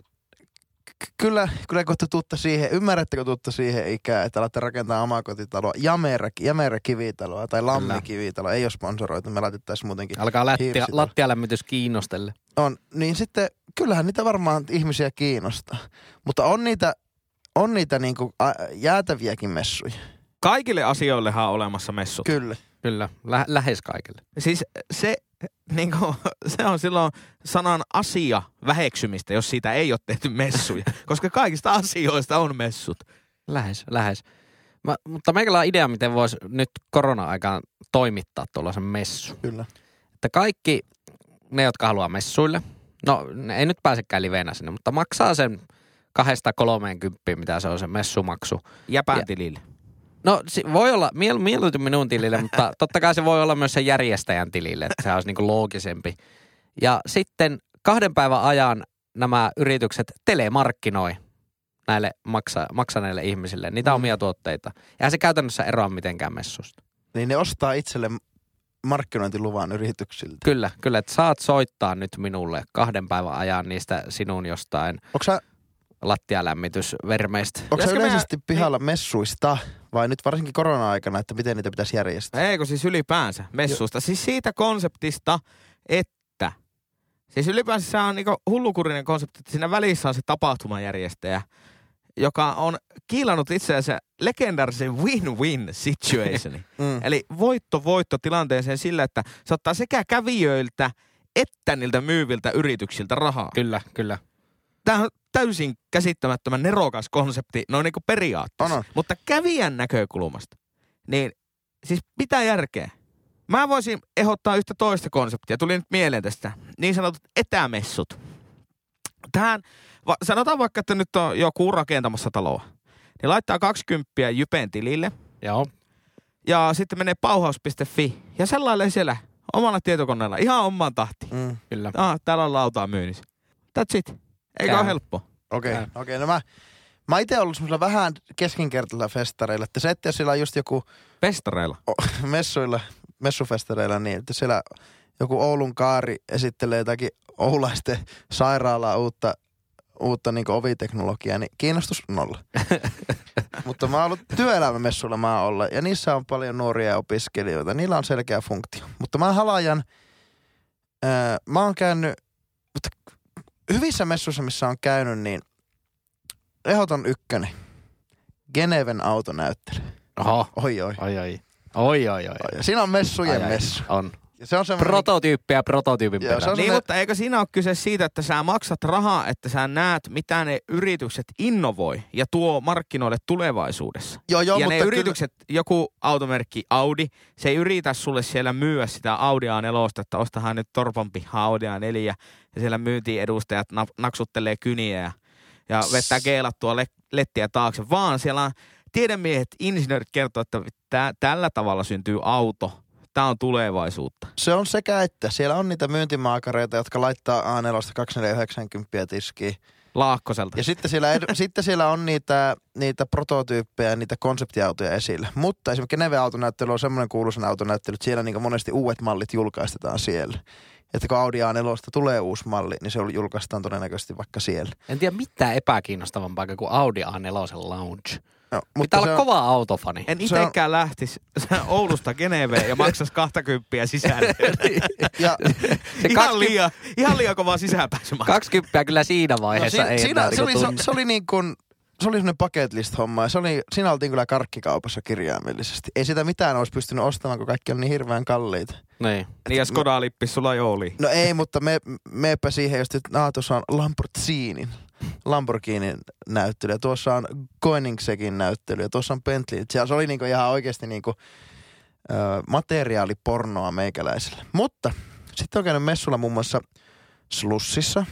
Speaker 3: ky- kyllä, kyllä kun te tuutte siihen, ymmärrättekö kun tuutte siihen ikään, että alatte rakentaa omakotitaloa, Jamerä, Jamerä kivitaloa tai Lammi
Speaker 1: Kyllä.
Speaker 3: kivitaloa, ei ole sponsoroitu, me laitettaisiin muutenkin.
Speaker 1: Alkaa lattia,
Speaker 3: Hirsitä.
Speaker 1: lattialämmitys kiinnostelle.
Speaker 3: On, niin sitten kyllähän niitä varmaan ihmisiä kiinnostaa, mutta on niitä, on niitä niinku a, jäätäviäkin messuja.
Speaker 2: Kaikille asioillehan on olemassa messut. Ky-
Speaker 3: Kyllä.
Speaker 1: Kyllä, lä- lähes kaikille.
Speaker 2: siis se, niin kuin, se on silloin sanan asia väheksymistä, jos siitä ei ole tehty messuja. Koska kaikista asioista on messut.
Speaker 1: Lähes, lähes. Mä, mutta meikällä on idea, miten voisi nyt korona-aikaan toimittaa tuollaisen messu.
Speaker 3: Kyllä.
Speaker 1: Että kaikki ne, jotka haluaa messuille, no ne ei nyt pääsekään liveenä sinne, mutta maksaa sen kahdesta kolmeen kymppiin, mitä se on se messumaksu.
Speaker 2: Jäpän tilille.
Speaker 1: No si- voi olla, miel, mieluiten minun tilille, mutta totta kai se voi olla myös sen järjestäjän tilille, että se olisi niin kuin loogisempi. Ja sitten kahden päivän ajan nämä yritykset telemarkkinoi näille maksa, maksaneille ihmisille
Speaker 3: Mm.
Speaker 1: niitä omia tuotteita. Ja se käytännössä eroa mitenkään messusta.
Speaker 3: Niin ne ostaa itselle markkinointiluvan yrityksiltä.
Speaker 1: Kyllä, kyllä, että saat soittaa nyt minulle kahden päivän ajan niistä sinun jostain
Speaker 3: Onko sä,
Speaker 1: lattialämmitysvermeistä.
Speaker 3: onks sä
Speaker 2: Pitäisikö
Speaker 3: yleisesti pihalla messuista vai nyt varsinkin korona-aikana, että miten niitä pitäisi järjestää?
Speaker 2: Ei kun siis ylipäänsä messuista. Siis siitä konseptista, että... Siis ylipäänsä se on niinku hullukurinen konsepti, että siinä välissä on se tapahtumajärjestäjä, joka on kiilannut itse asiassa legendaarisen win-win situationin.
Speaker 3: Mm.
Speaker 2: Eli voitto voitto tilanteeseen sillä, että se ottaa sekä kävijöiltä että niiltä myyviltä yrityksiltä rahaa.
Speaker 1: Kyllä, kyllä.
Speaker 2: Tämä on täysin käsittämättömän nerokas konsepti, noin niinku periaatteessa.
Speaker 3: On, on.
Speaker 2: Mutta kävijän näkökulmasta, niin siis mitä järkeä? Mä voisin ehdottaa yhtä toista konseptia. Tuli nyt mieleen tästä. Niin sanotut etämessut. Tähän, va, sanotaan vaikka, että nyt on joku rakentamassa taloa. Niin laittaa 20 Jypen tilille
Speaker 1: Joo,
Speaker 2: ja sitten menee pauhaus.fi ja sellailee siellä omalla tietokoneella ihan omaan tahtiin.
Speaker 3: Mm.
Speaker 1: kyllä.
Speaker 2: Ah, täällä on lautaa myynnissä. That's it. Eikä
Speaker 1: Jaa.
Speaker 2: ole helppo.
Speaker 3: Okei,
Speaker 1: Joo.
Speaker 3: okay, okei. No mä, mä itse ollut semmoisella vähän keskinkertaisilla festareilla, että se, että jos siellä on just joku
Speaker 2: Pestareilla.
Speaker 3: Niin, messuilla, messufestareilla niin, että siellä joku Oulun kaari esittelee jotakin oulaisten sairaalaa uutta, uutta niin oviteknologiaa, niin kiinnostus nolla. Mutta mä oon ollut työelämämessuilla mä oon ollut, ja niissä on paljon nuoria ja opiskelijoita. Niillä on selkeä funktio. Mutta mä halajan, öö, mä oon käynyt, mutta hyvissä messuissa, missä on käynyt, niin ehdoton ykkönen. Geneven autonäyttely.
Speaker 1: Oho.
Speaker 3: Oi, oi.
Speaker 1: Oi, oi. Oi, oi, oi.
Speaker 3: Ja Siinä on messujen
Speaker 1: Ai, ai.
Speaker 3: messu.
Speaker 1: On.
Speaker 3: Ja se on semmoinen...
Speaker 1: Prototyyppiä prototyypin
Speaker 3: niin. Joo, se on
Speaker 1: perään.
Speaker 2: Niin,
Speaker 3: semmoinen-
Speaker 2: mutta eikö siinä ole kyse siitä, että sä maksat rahaa, että sä näet, mitä ne yritykset innovoi ja tuo markkinoille tulevaisuudessa.
Speaker 3: Joo, joo,
Speaker 2: ja
Speaker 3: mutta
Speaker 2: ne
Speaker 3: kyllä-
Speaker 2: yritykset, joku automerkki Audi, se ei yritä sulle siellä myyä sitä Audi A4, että ostahan nyt torpan pihaa Audi A4 ja siellä myyntiedustajat na- naksuttelee kyniä ja, ja vetää geilattua le- lettiä taakse, vaan siellä on tiedemiehet, insinöörit kertoo, että tää, tällä tavalla syntyy auto. Tämä on tulevaisuutta.
Speaker 3: Se on sekä että. Siellä on niitä myyntimaakareita, jotka laittaa A4 2490 tiskiin.
Speaker 2: Laakkoselta.
Speaker 3: Ja sitten siellä, ed- sitten siellä on niitä, niitä prototyyppejä, niitä konseptiautoja esillä. Mutta esimerkiksi Geneve autonäyttely on semmoinen kuuluisen autonäyttely, että siellä niin monesti uudet mallit julkaistetaan siellä. Että kun Audi A4 tulee uusi malli, niin se julkaistaan todennäköisesti vaikka siellä.
Speaker 1: En tiedä mitään epäkiinnostavampaa kuin Audi A4 Lounge.
Speaker 3: No,
Speaker 1: Pitää
Speaker 3: se
Speaker 1: olla
Speaker 3: on-
Speaker 1: kova autofani.
Speaker 2: En
Speaker 3: Se on-
Speaker 2: itsekään lähtisi Oulusta Geneveen ja maksas 20 sisälle.
Speaker 3: Ja,
Speaker 1: Se
Speaker 2: ihan,
Speaker 1: 20,
Speaker 2: liian, ihan liian kovaa sisäänpääsy maksaa.
Speaker 1: 20 kyllä siinä vaiheessa
Speaker 3: No si-
Speaker 1: ei
Speaker 3: siinä,
Speaker 1: enää
Speaker 3: se, oli,
Speaker 1: niinku
Speaker 3: se,
Speaker 1: tunne.
Speaker 3: se oli niin kuin, se oli semmoinen bucket list homma ja se oli, siinä oltiin kyllä karkkikaupassa kirjaimellisesti. Ei sitä mitään olisi pystynyt ostamaan, kun kaikki on niin hirveän kalliita.
Speaker 1: Niin.
Speaker 2: Niin ja Skoda lippis sulla jo oli.
Speaker 3: No ei, mutta me, meepä siihen just, että nah, tuossa on Lamborghinin, Lamborghinin näyttely ja tuossa on Koenigsekin näyttely ja tuossa on Bentley. Siellä se oli niinku ihan oikeasti niinku, ö, materiaalipornoa meikäläiselle. Mutta sitten on käynyt messulla muun muassa Slussissa,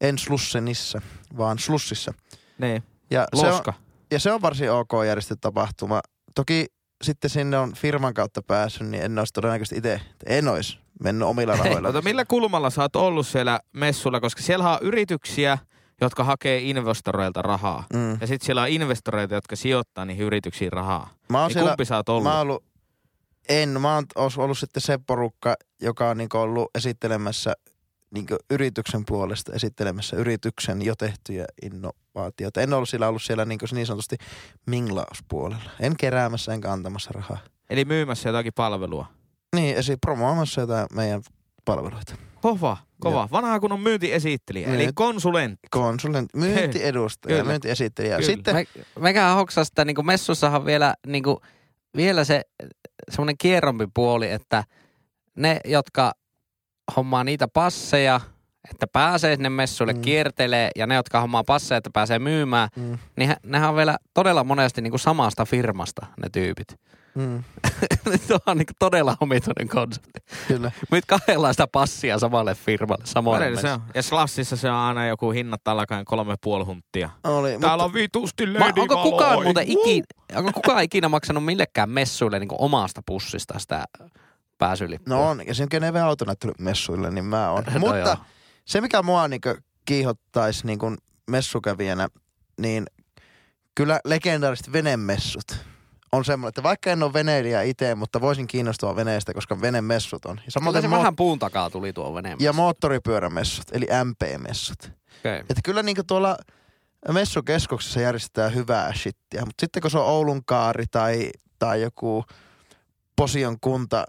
Speaker 3: en Slussenissa, vaan Slussissa.
Speaker 2: Niin.
Speaker 3: Ja se on,
Speaker 2: Loska.
Speaker 3: ja se on varsin ok järjestötapahtuma. Toki sitten sinne on firman kautta päässyt, niin en olisi todennäköisesti itse, en olisi mennyt omilla rahoilla.
Speaker 2: Mutta millä kulmalla sä oot ollut siellä messulla, koska siellä on yrityksiä, jotka hakee investoreilta rahaa.
Speaker 3: Mm.
Speaker 2: Ja sitten siellä on investoreita, jotka sijoittaa niihin yrityksiin rahaa.
Speaker 3: Mä oon
Speaker 2: Niin
Speaker 3: siellä,
Speaker 2: kumpi sä oot ollut?
Speaker 3: mä oon ollut, en, mä oon ois ollut sitten se porukka, joka on niinku ollut esittelemässä niinku yrityksen puolesta esittelemässä yrityksen jo tehtyjä innovaatioita. En ollut siellä ollut siellä niinku niin sanotusti minglauspuolella. En keräämässä enkä antamassa rahaa.
Speaker 2: Eli myymässä jotakin palvelua.
Speaker 3: Niin, esi promoamassa jotain meidän palveluita.
Speaker 2: Kova, kova. Vanha kun on myyntiesittelijä, eli
Speaker 3: Niin.
Speaker 2: konsulentti.
Speaker 3: konsulent, myyntiedustaja,
Speaker 2: Kyllä.
Speaker 3: myyntiesittelijä.
Speaker 2: Kyllä.
Speaker 3: Sitten,
Speaker 1: Me, mekään hoksas sitä, niin kuin messussahan vielä, niin kuin, vielä se semmoinen kierrompi puoli, että ne, jotka hommaa niitä passeja, että pääsee sinne messuille,
Speaker 3: Mm.
Speaker 1: mm. kiertelee, ja ne, jotka hommaa passeja, että pääsee myymään,
Speaker 3: Mm.
Speaker 1: niin he- nehän on vielä todella monesti niin kuin samasta firmasta niinku ne tyypit.
Speaker 3: Mm,
Speaker 1: Tuo on niin todella omituinen konsepti.
Speaker 3: kyllä.
Speaker 1: Myit kahdenlaista passia samalle firmalle, samoille.
Speaker 2: Todella se on. Ja Slashissa se on aina joku hinnat alkaen kolme puoli hunttia.
Speaker 3: No Oli,
Speaker 2: Täällä on vitusti
Speaker 1: Ma,
Speaker 2: lady
Speaker 1: onko kukaan
Speaker 2: valoi.
Speaker 1: muuten
Speaker 2: Woo!
Speaker 1: ikinä, onko kukaan ikinä maksanut millekään messuille niin omasta pussista sitä pääsylippua?
Speaker 3: No on, ja sen Geneven autonäyttely messuille, niin mä oon.
Speaker 1: No
Speaker 3: Mutta
Speaker 1: joo.
Speaker 3: se, mikä mua niin kiihottaisi niin messukävijänä, niin kyllä legendaariset venemessut on semmoinen, että vaikka en ole veneilijä itse, mutta voisin kiinnostua veneestä, koska venemessut on. Ja
Speaker 1: Kyllä
Speaker 3: samoin
Speaker 1: se
Speaker 3: mo-
Speaker 1: vähän puun takaa tuli tuo veneen.
Speaker 3: ja moottoripyörämessut, eli MP-messut.
Speaker 1: okay.
Speaker 3: Että kyllä niin tuolla messukeskuksessa järjestetään hyvää shittiä, mutta sitten kun se on Oulun kaari tai, tai joku Posion kunta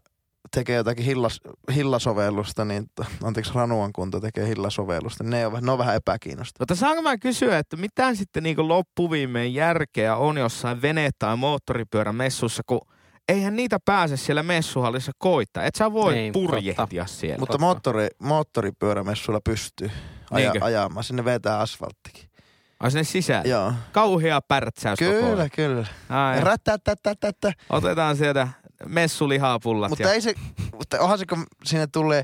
Speaker 3: tekee jotakin hillas, hillasovellusta, niin t- anteeksi Ranuan kunta tekee hillasovellusta, niin ne on, vähän- ne on vähän epäkiinnostavaa.
Speaker 2: Mutta Tota, saanko mä kysyä, että mitään sitten niinku loppuviimeen järkeä on jossain vene- tai moottoripyörämessussa, kun eihän niitä pääse siellä messuhallissa koittaa. Et sä voi
Speaker 1: Ei,
Speaker 2: Ei, purjehtia Niin, totta. siellä.
Speaker 3: Mutta moottori, moottoripyörämessuilla pystyy aja,
Speaker 2: Niinkö?
Speaker 3: ajamaan, sinne vetää asfalttikin.
Speaker 2: Ai sinne sisällä.
Speaker 3: Joo,
Speaker 2: Kauhea pärtsäys koko
Speaker 3: kyllä,
Speaker 2: ajan.
Speaker 3: kyllä.
Speaker 2: Ai,
Speaker 3: Rätätätätätä.
Speaker 2: Otetaan sieltä messulihapullat
Speaker 3: Mutta
Speaker 2: ja
Speaker 3: ei se, mutta onhan se, kun sinne tulee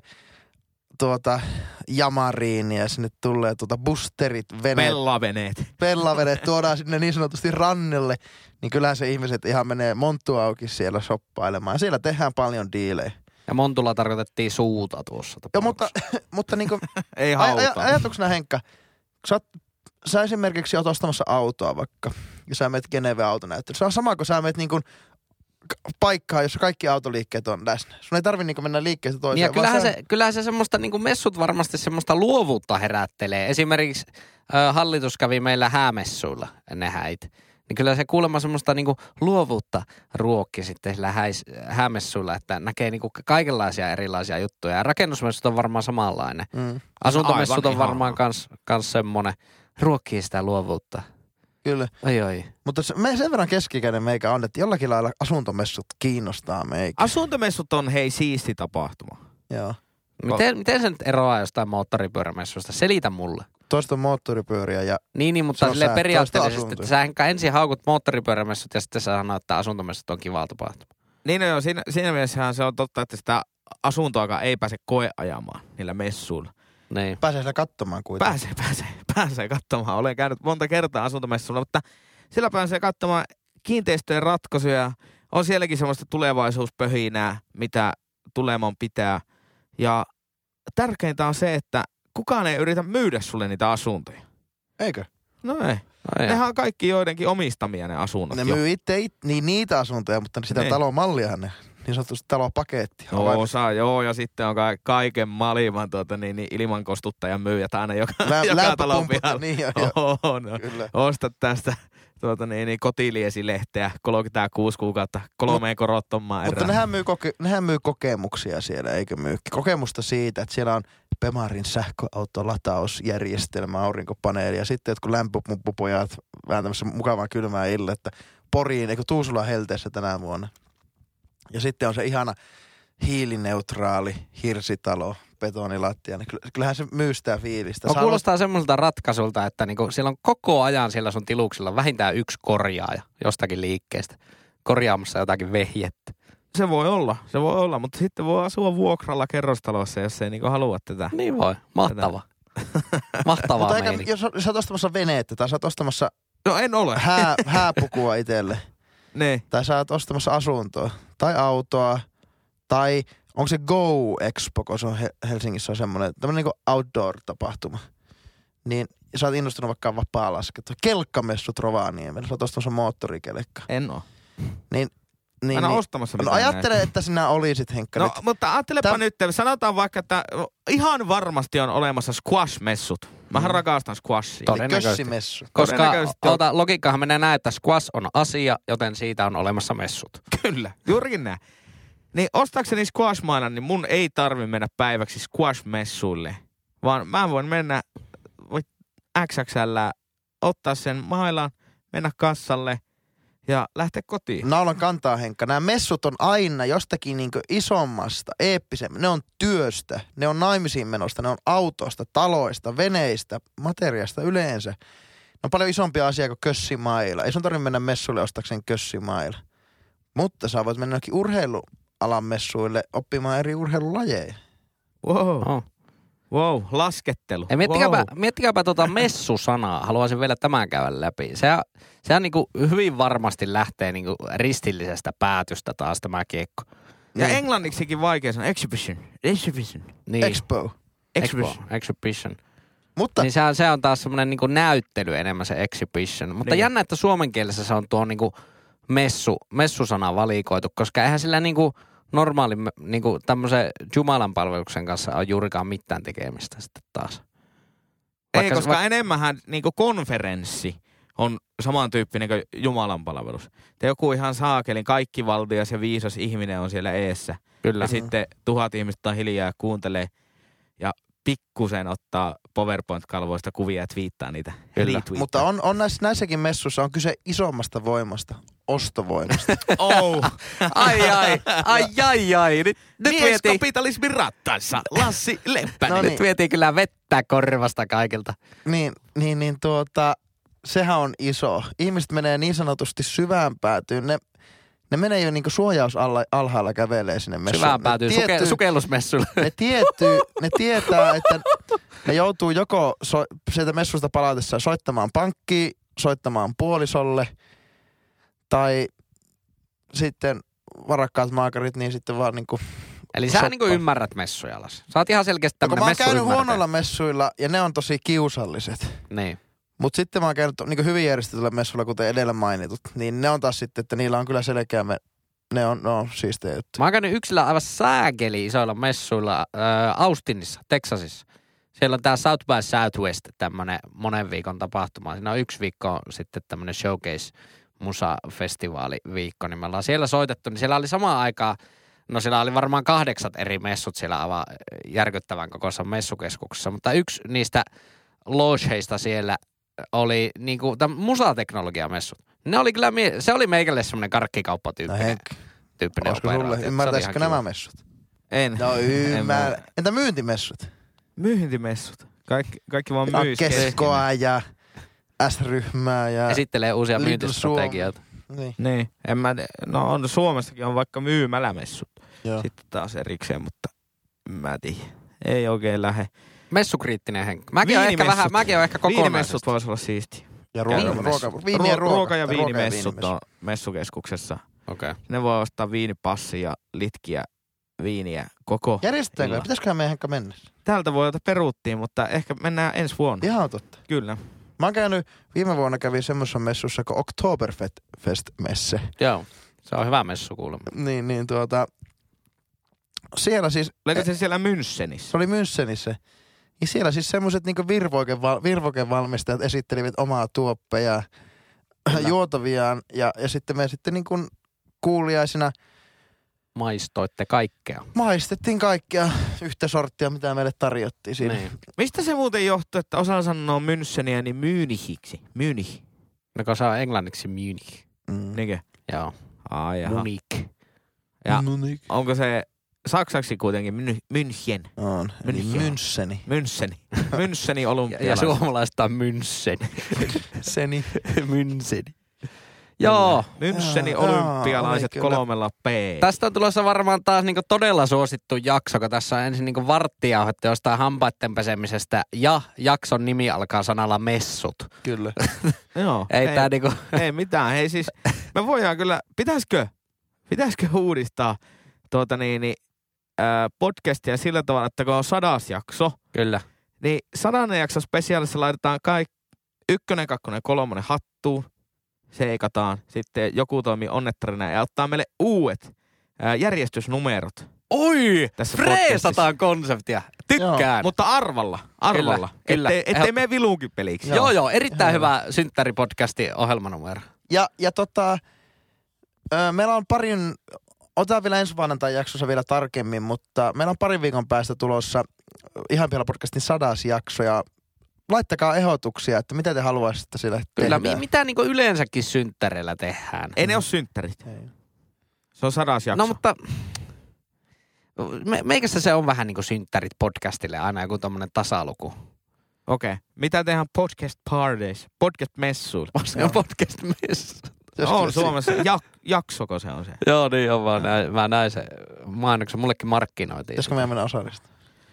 Speaker 3: tuota jamariin ja sinne tulee tuota busterit, vene,
Speaker 2: pellaveneet.
Speaker 3: pellavedet tuodaan sinne niin sanotusti rannelle, niin kyllähän se ihmiset ihan menee monttu auki siellä shoppailemaan. Siellä tehdään paljon diilejä.
Speaker 1: Ja Montulla tarkoitettiin suuta tuossa.
Speaker 3: Joo, mutta, mutta niin kuin,
Speaker 2: Ei
Speaker 3: aj-
Speaker 2: hautaa.
Speaker 3: aj- ajatuksena Henkka, kun sä, oot, sä esimerkiksi oot ostamassa autoa vaikka, ja sä menet Geneve autonäyttelyyn. Se on sama, kun sä menet niin kuin paikkaan, jossa kaikki autoliikkeet on läsnä. Sun ei tarvi niin mennä liikkeestä toiseen.
Speaker 1: Niin ja
Speaker 3: vaan
Speaker 1: kyllähän,
Speaker 3: sä-
Speaker 1: se, kyllähän se semmoista, niin kuin messut varmasti semmoista luovuutta herättelee. Esimerkiksi ö, hallitus kävi meillä häämessuilla ennen häitä. Niin kyllä se kuulemma semmoista niin kuin luovuutta ruokki sitten sillä häis, häämessuilla, että näkee niin kuin kaikenlaisia erilaisia juttuja. Ja rakennusmessut on varmaan samanlainen.
Speaker 3: Mm,
Speaker 1: Asuntomessut
Speaker 2: Aivan
Speaker 1: on varmaan
Speaker 2: ihanaa.
Speaker 1: kans, kans semmoinen. Ruokkii sitä luovuutta.
Speaker 3: kyllä.
Speaker 1: Oi oi.
Speaker 3: Mutta se, me sen verran keskikäinen meikä on, että jollakin lailla asuntomessut kiinnostaa meikä.
Speaker 2: Asuntomessut on hei siisti tapahtuma.
Speaker 3: Joo.
Speaker 1: Miten, miten se nyt eroaa jostain moottoripyörämessusta? Selitä mulle.
Speaker 3: Toista on moottoripyöriä ja
Speaker 1: Niin, niin
Speaker 3: Se
Speaker 1: mutta
Speaker 3: on
Speaker 1: sille
Speaker 3: sää-
Speaker 1: periaatteellisesti,
Speaker 3: toista
Speaker 1: että
Speaker 3: asuntoja.
Speaker 1: sä Henkka, ensin haukut moottoripyörämessut ja sitten sä sanoit, että asuntomessut on kiva tapahtuma.
Speaker 2: Niin no joo, siinä, siinä mielessähän se on totta, että sitä asuntoakaan ei pääse koeajamaan niillä messuilla.
Speaker 1: Niin.
Speaker 3: pääsee sitä katsomaan kuitenkin.
Speaker 2: Pääsee, pääsee, pääsee katsomaan. Olen käynyt monta kertaa asuntomessuilla, mutta sillä pääsee katsomaan kiinteistöjen ratkaisuja. On sielläkin semmoista tulevaisuuspöhinää, mitä tuleman pitää. Ja tärkeintä on se, että kukaan ei yritä myydä sulle niitä asuntoja.
Speaker 3: Eikö?
Speaker 2: No ei.
Speaker 1: No,
Speaker 2: Nehän on kaikki joidenkin omistamia ne asunnot.
Speaker 3: Ne
Speaker 2: jo.
Speaker 3: myy itse it, niin niitä asuntoja, mutta sitä
Speaker 2: Niin.
Speaker 3: talon malliahan ne, niin sanotusti talopaketti.
Speaker 2: Joo, saa, No, joo, ja sitten on ka- kaiken maailman tuota, niin, niin ilmankostuttaja myyjät aina joka,
Speaker 3: Lä,
Speaker 2: joka talon
Speaker 3: lämpöpumput,
Speaker 2: pihalla.
Speaker 3: niin joo, joo.
Speaker 2: On, on.
Speaker 3: Kyllä.
Speaker 2: Osta tästä tuota, niin, niin, kotiliesilehteä 36 kuukautta kolmeen korottomaan
Speaker 3: Mutta
Speaker 2: erään.
Speaker 3: nehän myy, koke, nehän myy kokemuksia siellä, eikö myy? Kokemusta siitä, että siellä on Pemarin sähköautolatausjärjestelmä, aurinkopaneeli ja sitten jotkut lämpöpumppupojat vääntämässä mukavaa kylmää illettä Poriin, eikö Tuusula helteessä tänä vuonna. Ja sitten on se ihana hiilineutraali hirsitalo, betonilattia. niin kyll- Kyllähän se myy sitä fiilistä.
Speaker 1: no,
Speaker 3: Sä
Speaker 1: kuulostaa semmoiselta ratkaisulta, että niinku, siellä on koko ajan siellä sun tiluksella vähintään yksi korjaaja jostakin liikkeestä korjaamassa jotakin vehjettä.
Speaker 2: Se voi olla, se voi olla, mutta sitten voi asua vuokralla kerrostalossa, jos ei niin halua tätä.
Speaker 1: Niin voi. Mahtava. Mahtavaa
Speaker 3: Mutta eikä,
Speaker 1: meininki.
Speaker 3: jos, jos sä oot ostamassa veneettä tai sä oot ostamassa
Speaker 2: No en ole.
Speaker 3: hää, hääpukua itselle,
Speaker 2: niin.
Speaker 3: tai sä oot ostamassa asuntoa, tai autoa, tai onko se Go Expo, kun se on He- Helsingissä on semmoinen tämmöinen niinku outdoor-tapahtuma. Niin sä oot innostunut vaikka vapaa laskettu. Kelkkamessut Rovaniemellä, sä oot ostamassa moottorikelekka.
Speaker 2: En ole.
Speaker 3: Niin, niin,
Speaker 2: Aina
Speaker 3: niin.
Speaker 2: ostamassa
Speaker 3: No
Speaker 2: mitään
Speaker 3: ajattele, että sinä olisit Henkka
Speaker 2: No,
Speaker 3: nyt.
Speaker 2: mutta ajattelepa
Speaker 3: Täm-
Speaker 2: nyt, sanotaan vaikka, että ihan varmasti on olemassa squash-messut. Mähän
Speaker 3: Mm.
Speaker 2: rakastan squashia.
Speaker 1: Tod-
Speaker 3: Eli
Speaker 1: todennäköisesti.
Speaker 3: kössimessu.
Speaker 1: Koska
Speaker 2: todennäköisesti on-
Speaker 1: ota, logiikkahan menee näin, että squash on asia, joten siitä on olemassa messut.
Speaker 2: Kyllä, juurikin näin. Niin ostaakseni squashmaana, niin mun ei tarvi mennä päiväksi squashmessuille, vaan mä voin mennä voi- XXL, ottaa sen mailan, mennä kassalle ja lähteä
Speaker 1: No.
Speaker 2: kotiin.
Speaker 3: Naulan kantaa Henkka. Nämä messut on aina jostakin niinku isommasta, eeppisemmä. Ne on työstä, ne on naimisiin menosta, ne on autoista, taloista, veneistä, materiaasta yleensä. Ne on paljon isompia asia kuin kössimailla. Ei sun tarvitse mennä messulle ostakseen kössimailla. Mutta sä voit mennä jonnekin urheilualan messuille oppimaan eri urheilulajeja. No.
Speaker 2: Wow.
Speaker 1: Oh.
Speaker 2: Wow, laskettelu.
Speaker 1: Ja miettikääpä,
Speaker 2: wow.
Speaker 1: wow. miettikääpä tuota messusanaa. Haluaisin vielä tämän käydä läpi. Sehän, sehän niin kuin hyvin varmasti lähtee niin kuin ristillisestä päätystä taas tämä kiekko.
Speaker 2: Ja
Speaker 3: Niin.
Speaker 2: englanniksikin vaikea sanoa. Exhibition. Exhibition.
Speaker 1: Niin.
Speaker 3: Expo.
Speaker 2: Exhibition.
Speaker 1: Exhibition.
Speaker 3: Mutta
Speaker 1: Niin sehän, se on taas semmoinen niin näyttely enemmän se exhibition. Mutta
Speaker 2: Niin.
Speaker 1: niin. jännä, että suomen kielessä se on tuo niin kuin messu, messusana valikoitu, koska eihän sillä niin kuin normaalin niin kuin tämmöisen Jumalan palveluksen kanssa ole juurikaan mitään tekemistä sitten taas.
Speaker 2: Ei,
Speaker 1: Vaikka-
Speaker 2: koska va- enemmänhän niinku konferenssi on samantyyppinen kuin Jumalan palvelus. Te joku ihan saakelin, kaikki valtias ja viisas ihminen on siellä eessä.
Speaker 1: Kyllä.
Speaker 2: Ja sitten tuhat ihmistä on hiljaa ja kuuntelee ja pikkusen ottaa PowerPoint-kalvoista kuvia ja twiittaa niitä.
Speaker 1: Kyllä.
Speaker 2: Retweittaa.
Speaker 3: Mutta on, on näissä, näissäkin messuissa on kyse isommasta voimasta, ostovoimasta.
Speaker 2: Oh,
Speaker 1: Ai ai, ai ai ai. Nyt, nyt, vietiin,
Speaker 2: mieskapitalismin rattaissa, Lassi Leppänen.
Speaker 3: No
Speaker 1: nyt
Speaker 3: niin.
Speaker 1: vietiin kyllä vettä korvasta kaikilta.
Speaker 3: niin, niin, niin tuota, sehän on iso. Ihmiset menee niin sanotusti syvään päätyyn. Ne, ne menee jo niinku suojaus alla, alhaalla kävelee sinne messuun.
Speaker 1: Syvään
Speaker 3: Ne
Speaker 1: päätyy suke,
Speaker 3: tiettyy-
Speaker 1: sukellusmessulle.
Speaker 3: ne, tiettyy, ne tietää, että ne joutuu joko so, sieltä messusta palatessa soittamaan pankkiin, soittamaan puolisolle tai sitten varakkaat maakarit, niin sitten vaan niinku...
Speaker 1: Eli sä
Speaker 3: Soppa.
Speaker 1: niinku ymmärrät messuja alas. Sä oot ihan selkeästi
Speaker 3: No Kun mä
Speaker 1: tämmönen
Speaker 3: oon
Speaker 1: messu
Speaker 3: käynyt huonoilla messuilla ja ne on tosi kiusalliset.
Speaker 1: Niin.
Speaker 3: Mutta sitten mä oon käynyt niin hyvin järjestetyllä messuilla, kuten edellä mainitut, niin ne on taas sitten, että niillä on kyllä selkeä, me, ne on, ne on siis siistejä juttu.
Speaker 1: Mä oon käynyt yksillä aivan sääkeli isoilla messuilla äh, Austinissa, Texasissa. Siellä on tää South by Southwest, tämmönen monen viikon tapahtuma. Siinä on yksi viikko sitten tämmönen showcase musafestivaaliviikko, niin me ollaan siellä soitettu, niin siellä oli samaan aikaan, no siellä oli varmaan kahdeksat eri messut siellä aivan äh, järkyttävän kokoisessa messukeskuksessa, mutta yksi niistä logeista siellä oli niinku, täm- musateknologiamessut. Ne oli kyllä, mie- se oli meikälle semmoinen
Speaker 3: No
Speaker 1: karkkikauppatyyppinen
Speaker 3: Henkki,
Speaker 1: tyyppinen
Speaker 3: olisiko
Speaker 1: operaatio.
Speaker 3: sulle?
Speaker 1: Se oli
Speaker 3: Ymmärtäisikö
Speaker 1: ihan
Speaker 3: nämä
Speaker 1: kiva.
Speaker 3: messut?
Speaker 2: En.
Speaker 3: No
Speaker 2: ymmärrä.
Speaker 3: ymmärrä. Entä myyntimessut?
Speaker 2: Myyntimessut. Kaikki, kaikki vaan
Speaker 3: Tää on
Speaker 2: myys.
Speaker 3: keskoa ja S-ryhmää ja...
Speaker 1: Esittelee uusia
Speaker 3: Little
Speaker 1: myyntistrategioita.
Speaker 3: niin,
Speaker 2: Niin. En mä, te- no on Suomessakin on vaikka myymälämessut.
Speaker 3: joo.
Speaker 2: Sitten taas erikseen, mutta en mä tiedä. Ei oikein lähe.
Speaker 1: Messukriittinen henki. Mäkin on ehkä
Speaker 2: Viinimessut.
Speaker 1: vähän, mäkin on ehkä
Speaker 2: Viinimessut
Speaker 1: kokonaisesti.
Speaker 2: voisi olla siisti.
Speaker 3: ja ruoka,
Speaker 1: Viinimessu.
Speaker 3: ruoka, viini ja ruoka,
Speaker 2: ruoka ja
Speaker 3: ruoka
Speaker 2: viinimessut
Speaker 3: viinimessu.
Speaker 2: on messukeskuksessa.
Speaker 1: Okei.
Speaker 2: Ne voi ostaa viinipassi ja litkiä viiniä koko.
Speaker 3: Järjestetäänkö?
Speaker 2: Kyllä.
Speaker 3: Pitäisiköhän meidän Henkka mennä?
Speaker 2: Tältä vuodelta peruttiin, mutta ehkä mennään ensi vuonna.
Speaker 3: Ihan totta.
Speaker 2: Kyllä.
Speaker 3: Mä oon käynyt, viime vuonna kävin semmoisessa messussa kuin Oktoberfest-messe.
Speaker 1: Joo. Se on hyvä messu kuulemma.
Speaker 3: Niin, niin tuota... Siellä siis
Speaker 2: Oliko
Speaker 1: Eh-
Speaker 2: se siellä
Speaker 3: se
Speaker 2: Münchenissä?
Speaker 3: oli Münchenissä. Niin siellä siis semmoiset niinku virvoikeval- virvokevalmistajat esittelivät omaa tuoppeja juotaviaan ja, ja sitten me sitten niinku kuuliaisina
Speaker 1: Maistoitte kaikkea.
Speaker 3: maistettiin kaikkea yhtä sorttia, mitä meille tarjottiin siinä.
Speaker 1: Niin.
Speaker 2: Mistä se muuten johtuu, että osa sanoo Müncheniä niin Münichiksi? Münich.
Speaker 1: No kun se on englanniksi Munich.
Speaker 3: Mm.
Speaker 2: Niinkö?
Speaker 1: Joo.
Speaker 2: Ai jaha.
Speaker 1: Munich.
Speaker 2: Ja-
Speaker 3: No niin.
Speaker 2: Onko se saksaksi kuitenkin Mün- München?
Speaker 3: On. Eli
Speaker 2: München.
Speaker 3: Müncheni.
Speaker 2: Müncheni. Müncheni
Speaker 1: Ja,
Speaker 2: olympialaiset.
Speaker 1: ja suomalaista on München.
Speaker 3: Seni.
Speaker 1: München. Joo.
Speaker 2: Müncheni
Speaker 3: Jaa, jaa,
Speaker 2: olympialaiset
Speaker 3: oli kyllä.
Speaker 2: kolmella P.
Speaker 1: Tästä on tulossa varmaan taas niinku todella suosittu jakso, kun tässä on ensin niinku varttia jostain hampaiden pesemisestä ja jakson nimi alkaa sanalla messut.
Speaker 3: Kyllä.
Speaker 2: Joo.
Speaker 1: Ei,
Speaker 2: ei,
Speaker 1: tää niinku,
Speaker 2: ei mitään. Hei siis, me voidaan kyllä, pitäisikö, pitäisikö uudistaa tuota niin, niin äh, podcastia sillä tavalla, että kun on sadas jakso,
Speaker 1: kyllä.
Speaker 2: niin sadannen jakso spesiaalissa laitetaan kaikki ykkönen, kakkonen, kolmonen hattuun, seikataan, sitten joku toimii onnettarina ja ottaa meille uudet äh, järjestysnumerot
Speaker 1: Oi!
Speaker 2: tässä podcastissa.
Speaker 1: Freesataan konseptia. Tykkään.
Speaker 2: Mutta arvalla,
Speaker 1: Kyllä,
Speaker 2: arvalla.
Speaker 1: kyllä.
Speaker 2: Ettei, ettei
Speaker 1: Ehdot-
Speaker 2: mene viluunkin peliksi.
Speaker 1: Joo, joo, joo
Speaker 3: Ihan
Speaker 1: erittäin hyvä synttäripodcastin ohjelmanumero.
Speaker 3: Ja, ja tota, ö, meillä on parin, otetaan vielä ensi maanantain jaksossa vielä tarkemmin, mutta meillä on parin viikon päästä tulossa ihan vielä podcastin sadas jakso ja laittakaa ehdotuksia, että mitä te haluaisitte sille
Speaker 1: Kyllä, mi-
Speaker 3: tehdä.
Speaker 1: mitä niinku yleensäkin synttäreillä tehdään?
Speaker 2: Ei ne ole synttärit.
Speaker 3: Ei.
Speaker 2: Se on sadas jakso.
Speaker 1: No mutta me, meikässä se on vähän niinku synttärit podcastille aina joku tommonen tasaluku.
Speaker 2: Okei. Okay. Mitä tehdään podcast parties? Podcast messuilla?
Speaker 1: Vaan Se on podcast mess.
Speaker 3: Joskus
Speaker 2: on
Speaker 3: se-
Speaker 2: Suomessa. Jak, jaksoko se on se?
Speaker 1: Joo, niin on vaan. Näin, mä näin se mainoksen. Mullekin markkinoitiin.
Speaker 3: Pitäisikö meidän mennä osallista?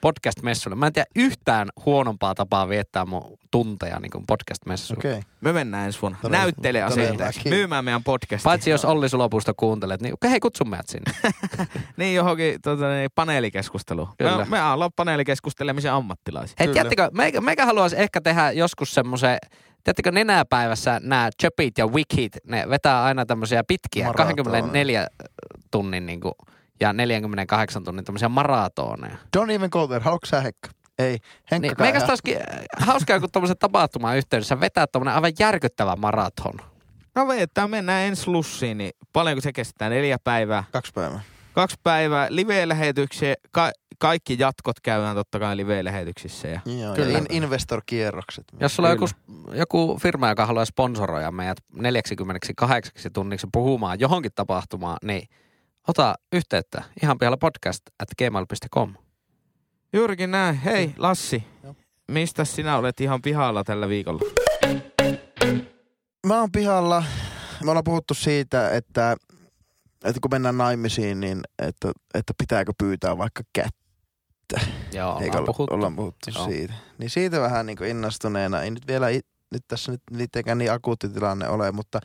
Speaker 1: podcast-messuille. Mä en tiedä yhtään huonompaa tapaa viettää mun tunteja niin kuin podcast-messuille.
Speaker 3: Okei. Okay.
Speaker 2: Me mennään ensi vuonna
Speaker 3: Todella-
Speaker 2: näyttele asenteeksi.
Speaker 3: todellakin.
Speaker 2: Myymään meidän podcastia.
Speaker 1: Paitsi jos Olli Sulopuisto kuuntelet, niin hei kutsu meidät sinne.
Speaker 2: Niin johonkin tota, niin, paneelikeskusteluun.
Speaker 1: Kyllä.
Speaker 2: Me, me ollaan paneelikeskustelemisen ammattilaisia.
Speaker 1: Hei,
Speaker 3: Kyllä.
Speaker 1: tiedättekö, meikä, meikä haluaisi ehkä tehdä joskus semmoisen, tiedättekö nenäpäivässä nämä chöpit ja wikit, ne vetää aina tämmöisiä pitkiä,
Speaker 3: Maratoneja.
Speaker 1: 24 tunnin niin kuin, ja 48 tunnin tämmöisiä maratoneja.
Speaker 3: Don't even go there. Haluatko sä Henkka? Ei.
Speaker 1: Niin,
Speaker 3: Henkka niin,
Speaker 1: meikäs taaskin äh, hauskaa, kun tuommoisen tapahtuman yhteydessä vetää tuommoinen aivan järkyttävä maraton.
Speaker 2: No vetään, mennään ensi lussiin, niin paljonko se kestää? Neljä päivää.
Speaker 3: Kaksi päivää.
Speaker 2: Kaksi päivää live-lähetyksiä. Ka- kaikki jatkot käydään totta kai live-lähetyksissä. Ja...
Speaker 3: Joo,
Speaker 1: Kyllä.
Speaker 3: Kyllä. In, investor-kierrokset.
Speaker 1: Jos sulla on joku, joku firma, joka haluaa sponsoroida meidät 48 tunniksi puhumaan johonkin tapahtumaan, niin ota yhteyttä ihan pihalla podcast at gmail.com.
Speaker 2: Juurikin näin. Hei Lassi,
Speaker 3: Niin. Joo.
Speaker 2: mistä sinä olet ihan pihalla tällä viikolla?
Speaker 3: Mä oon pihalla. Me ollaan puhuttu siitä, että, että kun mennään naimisiin, niin että, että pitääkö pyytää vaikka kättä.
Speaker 1: Joo,
Speaker 3: Eikä
Speaker 1: ollaan
Speaker 3: olla,
Speaker 1: puhuttu.
Speaker 3: ollaan puhuttu
Speaker 1: Joo.
Speaker 3: siitä. Niin siitä vähän niin kuin innostuneena. Ei nyt vielä, i- nyt tässä nyt niitäkään niin akuutti tilanne ole, mutta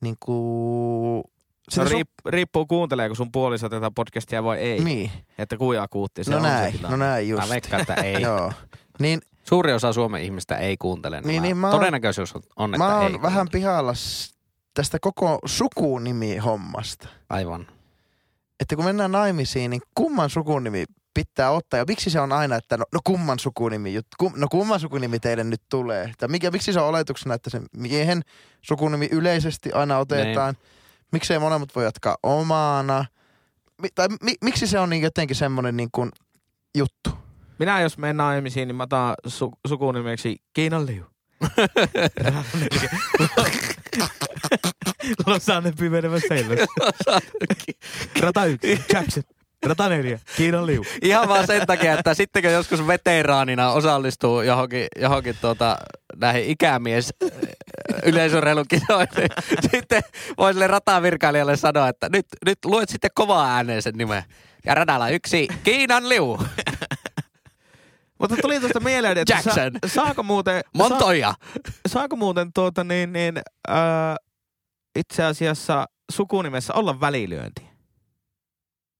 Speaker 3: niin kuin...
Speaker 2: No,
Speaker 3: Sitä sun-
Speaker 2: riip, riippuu kuunteleeko sun puoliso tätä podcastia vai ei.
Speaker 3: Niin.
Speaker 2: Että kuinka akuutti se
Speaker 3: No
Speaker 2: on se
Speaker 3: näin,
Speaker 2: tilanne.
Speaker 3: no näin
Speaker 1: Mä
Speaker 3: just.
Speaker 1: veikkaan, että ei.
Speaker 3: Joo. Niin
Speaker 1: Suuri osa Suomen ihmistä ei kuuntele.
Speaker 3: Niin, niin mä
Speaker 1: mä
Speaker 3: oon-
Speaker 1: todennäköisyys on- on, että
Speaker 3: mä
Speaker 1: ei
Speaker 3: oon vähän
Speaker 1: kuuntele.
Speaker 3: pihalla s- tästä koko sukunimi-hommasta.
Speaker 1: Aivan.
Speaker 3: Että kun mennään naimisiin, niin kumman sukunimi pitää ottaa? Ja miksi se on aina, että no, no kumman sukunimi, jut- kum, no kumman sukunimi teille nyt tulee? Tai mikä, miksi se on oletuksena, että se miehen sukunimi yleisesti aina otetaan?
Speaker 1: Niin.
Speaker 3: Miksei molemmat voi jatkaa omana? Mi, tai mi, miksi se on niin jotenkin semmoinen niin kuin juttu?
Speaker 2: Minä jos menen naimisiin, niin mä otan su- sukunimeksi Kiinan liu. Losanne pimenevä seiväs. Rata yksi, Jackson. Rata neljä, Kiinan liu.
Speaker 1: Ihan vaan sen takia, että sittenkö joskus veteraanina osallistuu johonkin, johonkin tuota, näihin ikämies yleisurheilukisoihin, niin sitten voi sille ratavirkailijalle sanoa, että nyt, nyt luet sitten kovaa ääneen sen nimen. Ja radalla yksi, Kiinan liu,
Speaker 2: Mutta tuli tuosta mieleen, että
Speaker 1: Jackson.
Speaker 2: Sa- saako muuten, sa-
Speaker 1: Montoja.
Speaker 2: saako muuten tuota niin, niin äh, itse asiassa sukunimessä olla välilyönti?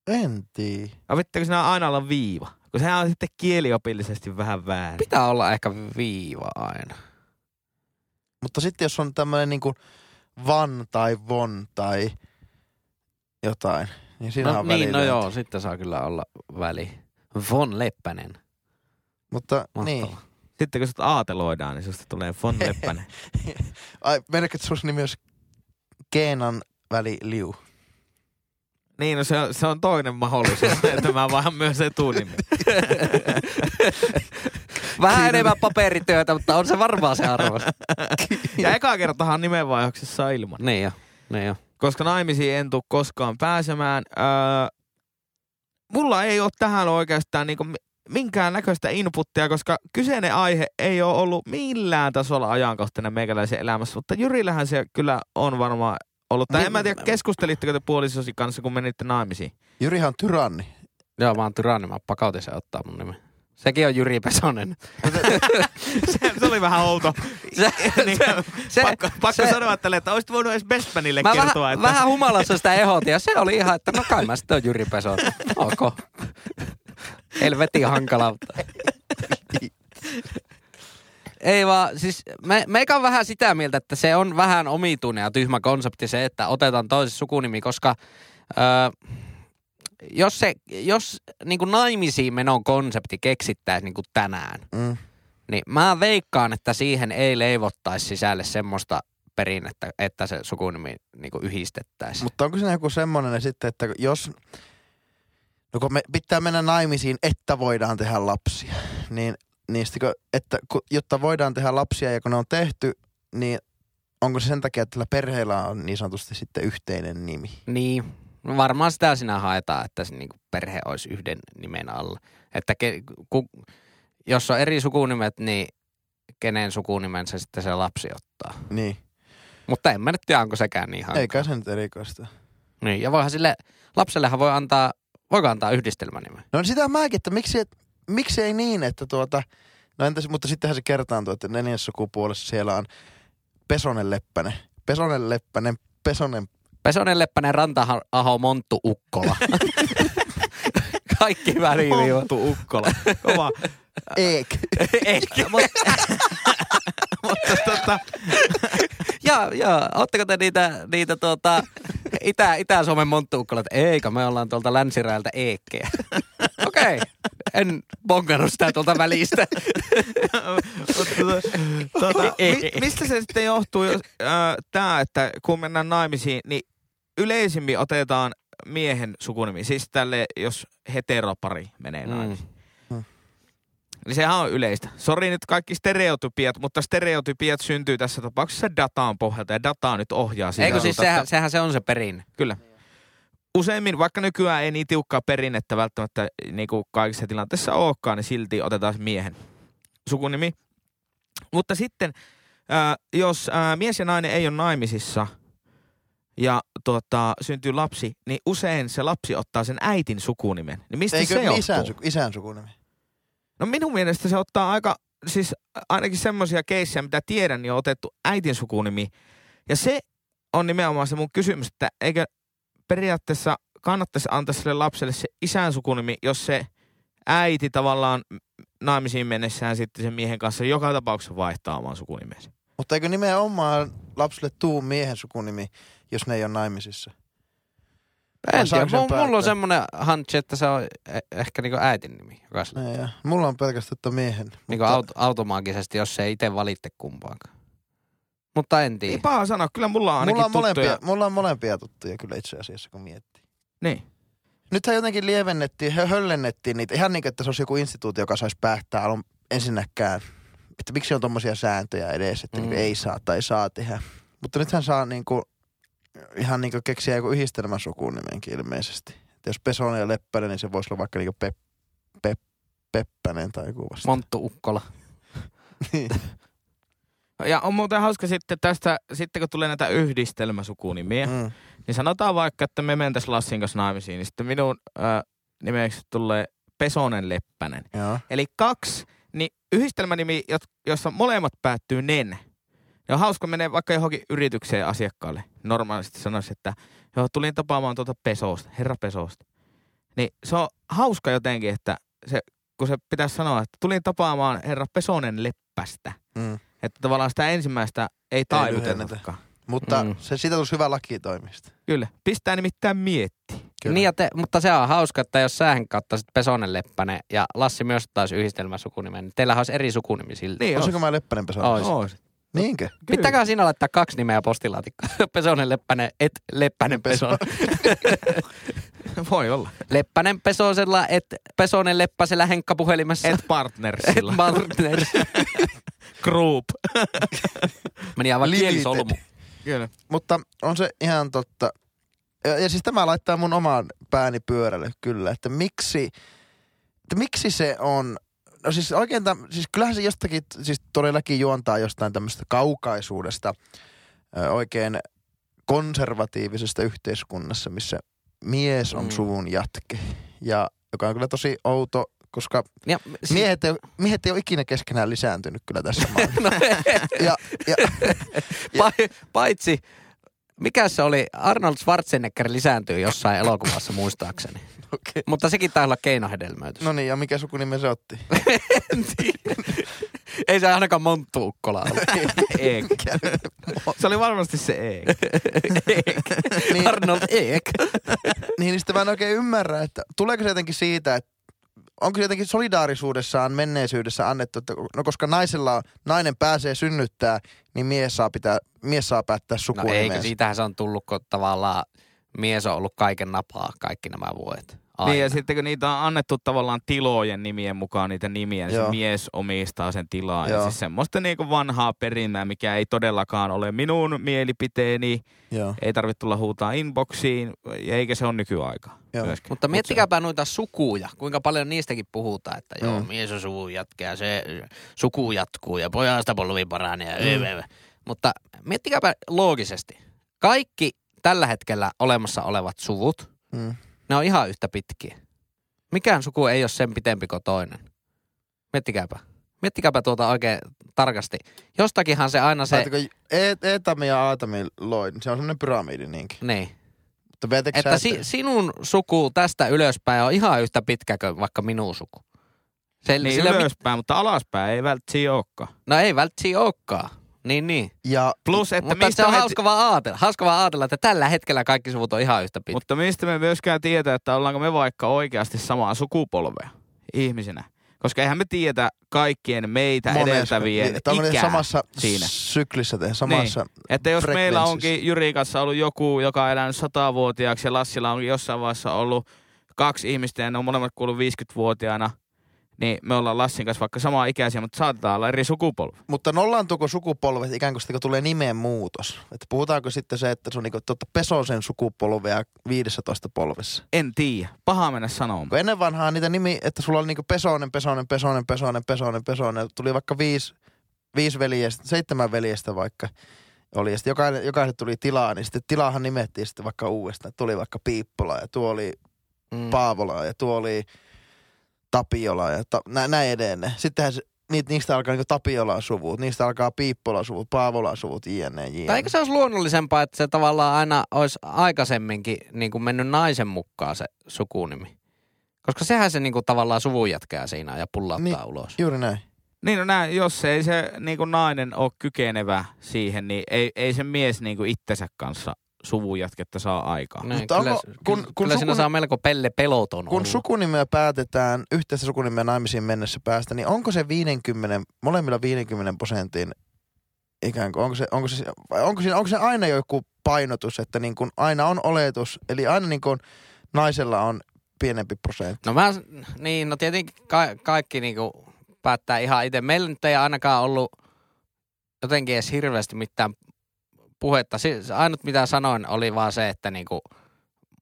Speaker 3: En tiedä.
Speaker 2: Ja vittekö sinä aina olla viiva? Kun sehän on sitten kieliopillisesti vähän väärin.
Speaker 1: Pitää olla ehkä viiva aina.
Speaker 3: Mutta sitten jos on tämmöinen niin kuin van tai von tai jotain, niin siinä
Speaker 1: no,
Speaker 3: on
Speaker 1: niin, no
Speaker 3: välillä.
Speaker 1: joo, sitten saa kyllä olla väli. Von Leppänen.
Speaker 3: Mutta
Speaker 1: Mahtava.
Speaker 3: niin.
Speaker 2: Sitten kun sut aateloidaan, niin susta tulee von Leppänen.
Speaker 3: Ai, meneekö sun nimi jos Keenan väli liu?
Speaker 2: Niin, no se on, se on toinen mahdollisuus, että mä vaan myös etunimen.
Speaker 1: Vähän enemmän paperityötä, mutta on se varmaan se arvo.
Speaker 2: Ja eka kertahan nimenvaihdoksessa ilman.
Speaker 1: niin jo, niin jo.
Speaker 2: Koska naimisiin en tule koskaan pääsemään. Öö, mulla ei ole tähän oikeastaan niinku mi- minkäännäköistä inputtia, koska kyseinen aihe ei ole ollut millään tasolla ajankohtainen meikäläisen elämässä. Mutta Jyrillähän se kyllä on varmaan ollut. Tai en mä tiedä, keskustelitteko te puolisosi kanssa, kun menitte naimisiin?
Speaker 3: Jyrihan on tyranni.
Speaker 1: Joo, mä oon tyranni, mä pakautin se ottaa mun nimi. Sekin on Jyri Pesonen.
Speaker 2: se, se oli vähän outo.
Speaker 1: Se,
Speaker 2: niin,
Speaker 1: se-
Speaker 2: se, pakko pakko
Speaker 1: se-
Speaker 2: sanoa tälle, että olisit voinut edes Bestmanille
Speaker 1: Mä
Speaker 2: kertoa,
Speaker 1: vähän,
Speaker 2: että...
Speaker 1: vähän humalassa sitä ehdotin ja se oli ihan, että no kai mä sitten on Jyri Pesonen. Ok. Helvetin hankala. mutta- Ei vaan, siis me, meikä on vähän sitä mieltä, että se on vähän omituinen ja tyhmä konsepti se, että otetaan toisen sukunimi, koska öö, jos, se, jos niin kuin naimisiin menon konsepti keksittäisiin niin kuin tänään,
Speaker 3: Mm.
Speaker 1: niin mä veikkaan, että siihen ei leivottaisi sisälle semmoista perinnettä, että se sukunimi niinku yhdistettäisiin.
Speaker 3: Mutta onko siinä joku semmoinen sitten, että jos... No kun me pitää mennä naimisiin, että voidaan tehdä lapsia, niin, niin sitten kun, että, kun, jotta voidaan tehdä lapsia ja kun ne on tehty, niin onko se sen takia, että tällä perheellä on niin sanotusti sitten yhteinen nimi?
Speaker 1: Niin, no varmaan sitä sinä haetaan, että se niinku perhe olisi yhden nimen alla. Että ke, ku, jos on eri sukunimet, niin kenen sukunimen se sitten se lapsi ottaa.
Speaker 3: Niin.
Speaker 1: Mutta en mä nyt tiedä, onko sekään niin hankala.
Speaker 3: Eikä se nyt erikoista.
Speaker 1: Niin, ja voihan sille, lapsellehan voi antaa, voiko antaa yhdistelmänimen?
Speaker 3: No sitä mäkin, että miksi, et, miksi ei niin, että tuota... No entäs, mutta sittenhän se kertaantuu, että neljäs sukupuolessa siellä on Pesonen Leppänen. Pesonen Leppänen, Pesonen...
Speaker 1: Pesonen Leppänen Ranta-aho Monttu Ukkola. Kaikki väliviivat.
Speaker 2: Monttu Ukkola. Kova.
Speaker 3: Eek.
Speaker 1: Ehkä.
Speaker 2: Mutta tota,
Speaker 1: Joo, joo. Ootteko te niitä, niitä tuota, Itä, Itä-Suomen monttuukkolat? Eikö, me ollaan tuolta länsiräältä eekkeä. Okei, en bongannut sitä tuolta välistä.
Speaker 2: mutta tota, tota, mi, mistä se sitten johtuu, jos äh, tämä, että kun mennään naimisiin, niin yleisimmin otetaan miehen sukunimi. Siis tälle, jos heteropari menee
Speaker 1: Mm.
Speaker 2: naimisiin.
Speaker 3: Mm.
Speaker 2: Niin sehän on yleistä. Sori nyt kaikki stereotypiat, mutta stereotypiat syntyy tässä tapauksessa dataan pohjalta ja dataa nyt ohjaa sitä.
Speaker 1: Eikö siis
Speaker 2: suuntaan,
Speaker 1: sehän, sehän se on se perin.
Speaker 2: Kyllä. Useimmin, vaikka nykyään ei niin tiukkaa perinnettä välttämättä niin kuin kaikissa tilanteissa olekaan, niin silti otetaan miehen sukunimi. Mutta sitten, ää, jos ää, mies ja nainen ei ole naimisissa ja tuota, syntyy lapsi, niin usein se lapsi ottaa sen äitin sukunimen. Niin mistä
Speaker 3: Eikö
Speaker 2: se johtuu?
Speaker 3: isän, suku, isän sukunimi?
Speaker 2: No minun mielestä se ottaa aika, siis ainakin semmoisia keissejä, mitä tiedän, niin on otettu äitin sukunimi. Ja se on nimenomaan se mun kysymys, että eikö periaatteessa kannattaisi antaa sille lapselle se isän sukunimi, jos se äiti tavallaan naimisiin mennessään sitten sen miehen kanssa joka tapauksessa vaihtaa oman sukunimensä.
Speaker 3: Mutta eikö nimenomaan lapselle tuu miehen sukunimi, jos ne ei ole naimisissa? Vai
Speaker 1: En tiedä,
Speaker 3: saako sen
Speaker 1: mulla, mulla on
Speaker 3: päättää?
Speaker 1: semmoinen hantsi, että se on eh- ehkä niinku äitin nimi jokaisella.
Speaker 3: Ei, joo. No mulla on pelkästään, että miehen.
Speaker 1: Niinku
Speaker 3: mutta-
Speaker 1: aut- automaagisesti, jos ei itse valitte kumpaakaan. Mutta en
Speaker 2: Ei
Speaker 1: tiedä.
Speaker 2: paha sanoa, kyllä mulla on ainakin
Speaker 3: Niin. Mulla on,
Speaker 2: tuttuja.
Speaker 3: molempia, mulla on molempia tuttuja kyllä itse asiassa, kun miettii.
Speaker 2: Niin.
Speaker 3: Nythän jotenkin lievennettiin, hö- höllennettiin niitä. Ihan niin kuin, että se olisi joku instituutio, joka saisi päättää alun ensinnäkään. Että miksi on tommosia sääntöjä edes, että
Speaker 1: Mm.
Speaker 3: mm. ei saa tai saa tehdä. Mutta nythän saa niinku, ihan niinku keksiä joku yhdistelmän sukunimenkin ilmeisesti. Että jos Pesonen ja Leppänen, niin se voisi olla vaikka niinku Pep, Pep, Peppänen tai joku vasta.
Speaker 1: Monttu Ukkola.
Speaker 3: Niin.
Speaker 2: Ja on muuten hauska sitten tästä, sitten kun tulee näitä yhdistelmäsukunimiä,
Speaker 3: Mm.
Speaker 2: Niin sanotaan vaikka, että me mentäis Lassin kanssa naimisiin, niin sitten minun äh, nimeksi tulee Pesonen Leppänen.
Speaker 3: Joo.
Speaker 2: Eli kaksi niin yhdistelmänimi, jot- jossa molemmat päättyy nen. Ja on hauska menee vaikka johonkin yritykseen asiakkaalle. Normaalisti sanoisi, että joo, tulin tapaamaan tuota Pesosta, herra Pesosta. Niin se on hauska jotenkin, että se, kun se pitäisi sanoa, että tulin tapaamaan herra Pesonen Leppästä.
Speaker 3: Mm.
Speaker 2: Että tavallaan sitä ensimmäistä ei taivutella.
Speaker 3: lyhennetä. Mutta
Speaker 1: Mm.
Speaker 3: mm. se, siitä tulisi hyvä lakitoimista.
Speaker 2: Kyllä, pistää nimittäin miettiä.
Speaker 1: Niin ja te, mutta se on hauska, että jos sähän kautta sitten Pesonen Leppänen ja Lassi myös taas yhdistelmä sukunimen, niin teillähän olisi eri sukunimi silti.
Speaker 2: Niin
Speaker 3: Olisiko mä Leppänen Pesonen?
Speaker 1: Ois.
Speaker 2: Ois.
Speaker 3: Niinkö?
Speaker 2: Kyllä.
Speaker 1: Pitääkö siinä laittaa kaksi nimeä postilaatikkoon? Pesonen Leppänen, et Leppänen Pesonen.
Speaker 2: Voi olla.
Speaker 1: Leppänen Pesosella, et Pesonen Leppäsellä Henkka puhelimessa.
Speaker 2: Et partnersilla.
Speaker 1: Martner.
Speaker 2: group.
Speaker 1: Meni aivan
Speaker 3: Limited.
Speaker 1: kielisolmu.
Speaker 2: Kyllä.
Speaker 3: Mutta on se ihan totta. Ja, ja siis tämä laittaa mun omaan pääni pyörälle kyllä, että miksi, että miksi se on... No siis oikein, täm, siis kyllähän se jostakin, siis todellakin juontaa jostain tämmöistä kaukaisuudesta ö, oikein konservatiivisesta yhteiskunnassa, missä mies on
Speaker 1: Mm.
Speaker 3: suvun jatke. Ja joka on kyllä tosi outo, koska
Speaker 1: Ja, si-
Speaker 3: miehet ei, miehet ei ole ikinä keskenään lisääntynyt kyllä tässä maailmassa.
Speaker 1: no,
Speaker 3: Ja, ja,
Speaker 1: pa- paitsi, mikä se oli? Arnold Schwarzenegger lisääntyy jossain elokuvassa muistaakseni.
Speaker 3: okay.
Speaker 1: Mutta sekin taisi olla keinohedelmöitys.
Speaker 3: No niin, ja mikä sukunimen se otti?
Speaker 1: En tiedä. Ei se ainakaan Monttu Ukkola ollut.
Speaker 2: Eek. Se oli varmasti se E. Eek.
Speaker 3: Niin.
Speaker 1: Arnold Eek.
Speaker 3: Niin, niin sitten mä en oikein ymmärrä, että tuleeko se jotenkin siitä, että onko se jotenkin solidaarisuudessaan, menneisyydessä annettu, että no koska naisella on, nainen pääsee synnyttää, niin mies saa, pitää, mies saa päättää
Speaker 1: No
Speaker 3: sukunimensä.
Speaker 1: eikö, siitähän se on tullut, kun tavallaan mies on ollut kaiken napaa kaikki nämä vuodet. Aina.
Speaker 2: Niin ja sitten kun niitä on annettu tavallaan tilojen nimien mukaan niitä nimiä, niin se
Speaker 3: Joo.
Speaker 2: mies omistaa sen tilaa. Ja
Speaker 3: Joo.
Speaker 2: siis semmoista niinku vanhaa perinnää, mikä ei todellakaan ole minun mielipiteeni.
Speaker 3: Joo.
Speaker 2: Ei tarvitse tulla huutaa inboxiin, eikä se ole nykyaika.
Speaker 3: Joo.
Speaker 2: myöskään.
Speaker 1: Mutta
Speaker 2: Mut
Speaker 1: miettikääpä noita sukuja, kuinka paljon niistäkin puhutaan, että joo,
Speaker 3: Mm.
Speaker 1: mies on suvun jatkeja, se suku jatkuu ja pojasta polvi paranee. Mm. Mutta miettikääpä loogisesti. Kaikki tällä hetkellä olemassa olevat suvut,
Speaker 3: Mm.
Speaker 1: ne on ihan yhtä pitkiä. Mikään suku ei ole sen pitempi kuin toinen. Miettikääpä. Miettikääpä tuota oikein tarkasti. Jostakinhan se aina se...
Speaker 3: Se... E- Eetami ja Aatami loin, se on semmoinen pyramidi niinkin.
Speaker 1: Niin.
Speaker 3: Mutta vetekö
Speaker 1: Että si, sinun suku tästä ylöspäin on ihan yhtä pitkä kuin vaikka minun suku. Se,
Speaker 2: Niin
Speaker 1: sillä mit,
Speaker 2: ylöspäin, mutta alaspäin ei välttämättä olekaan.
Speaker 1: no ei välttämättä olekaan. Niin, niin.
Speaker 3: Ja
Speaker 2: Plus, että
Speaker 1: Mutta
Speaker 2: mistä
Speaker 1: se on
Speaker 2: me-
Speaker 1: hauska vaan ajatella, hauska vaan ajatella, että tällä hetkellä kaikki suvut on ihan yhtä pitkä.
Speaker 2: Mutta mistä me myöskään tietää, että ollaanko me vaikka oikeasti samaa sukupolvea ihmisinä? Koska eihän me tietä kaikkien meitä
Speaker 3: mones-
Speaker 2: edeltävien
Speaker 3: Niin, Tämä on
Speaker 2: ikää
Speaker 3: samassa
Speaker 2: siinä. Niin.
Speaker 3: syklissä, tehdään samassa.
Speaker 2: Että jos meillä
Speaker 3: frekvenssissä.
Speaker 2: onkin Jyri kanssa ollut joku, joka on elänyt 100-vuotiaaksi ja Lassilla onkin jossain vaiheessa ollut kaksi ihmistä ja ne on molemmat kuullut 50-vuotiaana, niin me ollaan Lassin kanssa vaikka samaa ikäisiä, mutta saatetaan olla eri sukupolvi.
Speaker 3: Mutta nollaantuuko sukupolvet ikään kuin sitten, kun tulee nimen muutos? Että puhutaanko sitten se, että se on niinku totta Pesosen sukupolvea 15 polvessa?
Speaker 2: En tiedä. Paha mennä sanomaan.
Speaker 3: Kun ennen vanhaa niitä nimi, että sulla oli niinku Pesonen, Pesonen, Pesonen, Pesonen, Pesonen, Pesonen. Tuli vaikka viisi, viisi veljestä, seitsemän veljestä vaikka oli. Ja sitten jokainen, jokainen tuli tilaa, niin sitten tilahan nimettiin sitten vaikka uudestaan. Tuli vaikka Piippola ja tuo oli
Speaker 1: Mm.
Speaker 3: Paavola ja tuo oli Tapiola ja ta- nä- näin edelleen. Sittenhän se, niitä, niistä alkaa niinku Tapiolan suvut, niistä alkaa Piippolan suvut, Paavolan suvut, jne,
Speaker 1: Niin. Tai
Speaker 3: jne.
Speaker 1: eikö se olisi luonnollisempaa, että se tavallaan aina olisi aikaisemminkin niin kuin mennyt naisen mukaan se sukunimi? Koska sehän se niin kuin tavallaan suvun jätkää siinä ja pullauttaa
Speaker 3: Niin.
Speaker 1: niin. ulos.
Speaker 3: Juuri näin.
Speaker 2: Niin no näin, jos ei se niin kuin nainen ole kykenevä siihen, niin ei, ei se mies niin kuin itsensä kanssa suvun jatketta saa aikaan.
Speaker 1: Niin,
Speaker 3: Mutta
Speaker 1: kyllä,
Speaker 3: onko- kun-
Speaker 1: kun, kyllä,
Speaker 3: kun
Speaker 1: kyllä siinä
Speaker 3: sukun-
Speaker 1: saa melko pelle peloton
Speaker 3: Kun
Speaker 1: olla.
Speaker 3: sukunimeä päätetään yhteistä sukunimeä naimisiin mennessä päästä, niin onko se 50, molemmilla 50 prosentin ikään kuin, onko se, onko se, vai onko siinä, onko se aina joku painotus, että niin kuin aina on oletus, eli aina niin kuin naisella on pienempi prosentti.
Speaker 1: No mä, niin, no tietenkin ka- kaikki niinku päättää ihan itse. Meillä nyt ei ainakaan ollut jotenkin edes hirveästi mitään puhetta. Siis ainut mitä sanoin oli vaan se, että niinku,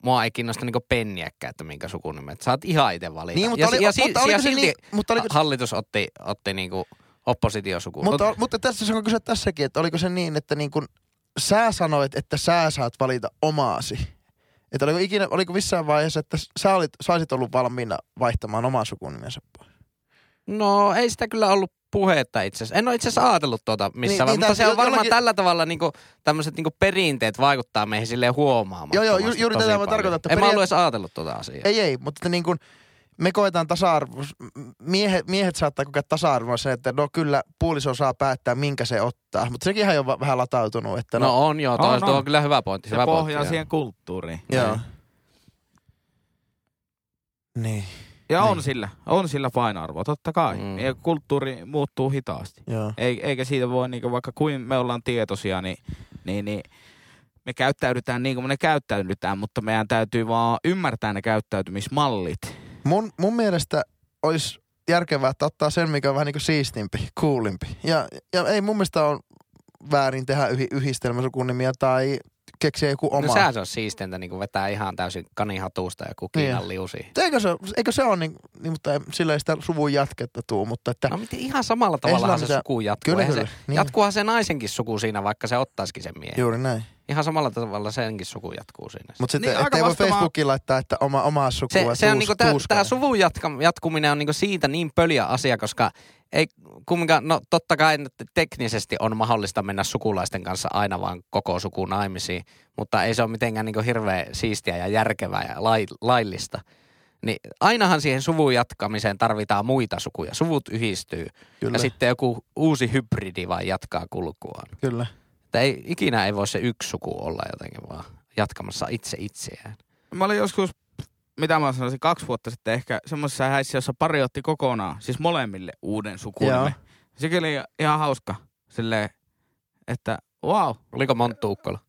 Speaker 1: mua ei kiinnosta niinku penniäkään, että minkä sukunimet. Saat ihan itse valita.
Speaker 3: Niin, mutta,
Speaker 1: ja,
Speaker 3: oli,
Speaker 1: ja,
Speaker 3: mutta oliko
Speaker 1: ja
Speaker 3: se
Speaker 1: silti
Speaker 3: niin, mutta oliko,
Speaker 1: hallitus otti, otti niinku oppositiosukuun.
Speaker 3: Mutta, ol- mutta tässä saanko kysyä tässäkin, että oliko se niin, että niin kun sä sanoit, että sä saat valita omaasi. Että oliko, ikinä, oliko missään vaiheessa, että sä olit, sä olisit ollut valmiina vaihtamaan oman sukunimensä pois?
Speaker 1: No ei sitä kyllä ollut puhetta itse asiassa. En ole itse asiassa ajatellut tuota missään, niin,
Speaker 3: niin,
Speaker 1: mutta
Speaker 3: tai
Speaker 1: se on varmaan
Speaker 3: jollakin-
Speaker 1: tällä tavalla niinku, tämmöiset niinku perinteet vaikuttaa meihin silleen huomaamattomasti.
Speaker 3: Joo, joo, ju- juuri
Speaker 1: tosi
Speaker 3: tätä mä
Speaker 1: paljon.
Speaker 3: tarkoitan, että
Speaker 1: En mä
Speaker 3: peria-
Speaker 1: ollut edes ajatellut tuota asiaa.
Speaker 3: Ei, ei, mutta että niin kun me koetaan tasa-arvo. Miehet, miehet saattaa kokea tasa-arvoa sen, että no kyllä puoliso saa päättää, minkä se ottaa. Mutta sekin on jo va- vähän latautunut, että no,
Speaker 1: No on joo, toi,
Speaker 2: On,
Speaker 1: on, tuo
Speaker 2: on.
Speaker 1: on kyllä hyvä pointti.
Speaker 2: Se
Speaker 1: hyvä
Speaker 2: pohjaa
Speaker 1: pointti,
Speaker 2: siihen kulttuuriin.
Speaker 3: joo.
Speaker 1: niin.
Speaker 3: Niin,
Speaker 2: Ja
Speaker 3: Niin.
Speaker 2: on sillä, on sillä painoarvoa, totta kai.
Speaker 1: Mm.
Speaker 2: Mm. Ja kulttuuri muuttuu hitaasti.
Speaker 3: joo.
Speaker 2: Ei- Eikä siitä voi, niin vaikka kuin me ollaan tietoisia, niin, niin, niin me käyttäydytään niin kuin me käyttäydytään, mutta meidän täytyy vaan ymmärtää ne käyttäytymismallit.
Speaker 3: Mun, mun mielestä olisi järkevää, että ottaa sen, mikä on vähän niin kuin siistimpi, kuulimpi. Ja, ja ei mun mielestä on väärin tehdä yhi, yhdistelmäsukunimia tai keksiä joku
Speaker 1: joo.
Speaker 3: oma.
Speaker 1: No sehän se on siisteintä, niin vetää ihan täysin kanihatuusta ja kukinan
Speaker 3: Niin.
Speaker 1: liusiin.
Speaker 3: Eikö se, eikö se ole niin, niin mutta ei, sillä ei sitä suvun jatketta tuu, mutta että...
Speaker 1: No miten ihan samalla
Speaker 3: sillä
Speaker 1: tavalla se
Speaker 3: mitään-
Speaker 1: suku jatkuu.
Speaker 3: kyllä,
Speaker 1: Eihän
Speaker 3: kyllä.
Speaker 1: Se,
Speaker 3: Niin,
Speaker 1: Jatkuuhan se naisenkin suku siinä, vaikka se ottaisikin sen miehen.
Speaker 3: Juuri näin.
Speaker 1: Ihan samalla tavalla senkin suku jatkuu siinä.
Speaker 3: Mutta sitten,
Speaker 2: Niin,
Speaker 3: niin,
Speaker 2: aika
Speaker 3: ettei voi
Speaker 2: vastaava-
Speaker 3: Facebookiin laittaa, että oma, omaa sukua
Speaker 1: Se, se on
Speaker 3: tuus,
Speaker 1: niinku tää, tää
Speaker 3: tuuskainen.
Speaker 1: suvun jatka, jatkuminen on niinku siitä niin pöliä asia, koska ei kumminkaan, no totta kai nyt teknisesti on mahdollista mennä sukulaisten kanssa aina vaan koko suku naimisiin, mutta ei se ole mitenkään niinku hirveä siistiä ja järkevää ja lai, laillista. Niin ainahan siihen suvun jatkamiseen tarvitaan muita sukuja. Suvut yhdistyy
Speaker 3: Kyllä,
Speaker 1: ja sitten joku uusi hybridi vaan jatkaa kulkuaan.
Speaker 3: kyllä.
Speaker 1: Että ei, ikinä ei voi se yksi suku olla jotenkin vaan jatkamassa itse itseään.
Speaker 2: Mä olin joskus, mitä mä sanoisin, kaksi vuotta sitten ehkä semmoisessa häissä, jossa pari otti kokonaan, siis molemmille uuden
Speaker 3: Joo.
Speaker 2: sukunimen. Sekin oli ihan hauska, silleen, että wow,
Speaker 1: Oliko Monttu Ukkola?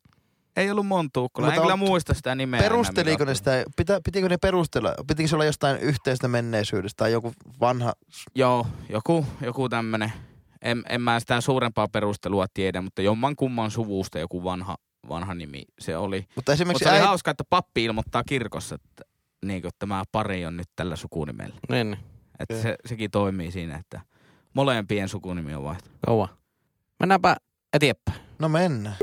Speaker 2: ei ollut Montuukkola. En
Speaker 3: Mutta
Speaker 2: kyllä
Speaker 3: on-
Speaker 2: muista sitä nimeä. enää,
Speaker 3: Perusteliko
Speaker 2: mikä
Speaker 3: ne
Speaker 2: otti.
Speaker 3: sitä, pitä, pitikö ne perustella, pitikö se olla jostain yhteistä menneisyydestä tai joku vanha
Speaker 2: Joo, joku, joku tämmönen. En, en mä sitä suurempaa perustelua tiedä, mutta jomman kumman suvusta joku vanha, vanha nimi se oli.
Speaker 3: Mutta
Speaker 2: Mutta
Speaker 3: esimerkiksi
Speaker 2: se oli
Speaker 3: äiti,
Speaker 2: hauska, että pappi ilmoittaa kirkossa, että, niin kuin, tämä pari on nyt tällä sukunimellä.
Speaker 1: Niin.
Speaker 2: Että
Speaker 3: Joo.
Speaker 2: se, sekin toimii siinä, että molempien sukunimi on vaihtunut.
Speaker 1: Kova. Mennäänpä eteenpäin.
Speaker 3: No mennään.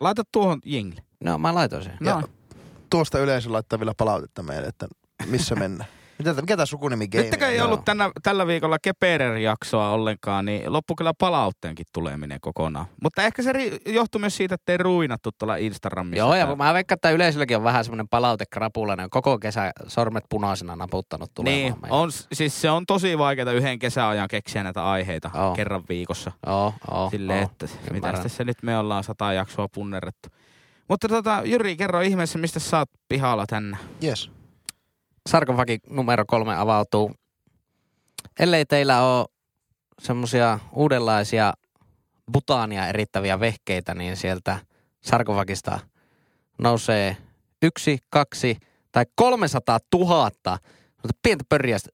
Speaker 2: Laita tuohon jingle.
Speaker 1: No mä laitoin sen.
Speaker 2: No.
Speaker 3: Ja- Tuosta yleisö laittaa vielä palautetta meille, että missä mennään. Mitä, tää- mikä tämä sukunimi game
Speaker 2: Nyttekö ei
Speaker 1: joo.
Speaker 2: ollut tänä, tällä viikolla Keperer-jaksoa ollenkaan, niin loppu kyllä palautteenkin tuleminen kokonaan. Mutta ehkä se ri- johtui myös siitä, että ei ruinattu tuolla Instagramissa.
Speaker 1: Joo, ja
Speaker 2: tää-
Speaker 1: mä veikkaan, että yleisölläkin on vähän semmoinen palautekrapula. Ne on koko kesä sormet punaisena naputtanut tulemaan
Speaker 2: Niin,
Speaker 1: meille.
Speaker 2: on, s- siis se on tosi vaikeaa yhden kesäajan keksiä näitä aiheita
Speaker 1: Oo.
Speaker 2: kerran viikossa.
Speaker 1: Joo, joo,
Speaker 2: Silleen,
Speaker 1: joo.
Speaker 2: että mitä
Speaker 1: Ymmärrän.
Speaker 2: tässä nyt me ollaan sata jaksoa punnerrettu. Mutta tota, Jyri, kerro ihmeessä, mistä sä oot pihalla tänne.
Speaker 3: Yes.
Speaker 1: sarkofagi numero kolme avautuu. Ellei teillä ole semmoisia uudenlaisia butaania erittäviä vehkeitä, niin sieltä sarkofagista nousee yksi, kaksi tai 300 000 semmoista pientä pörjästä.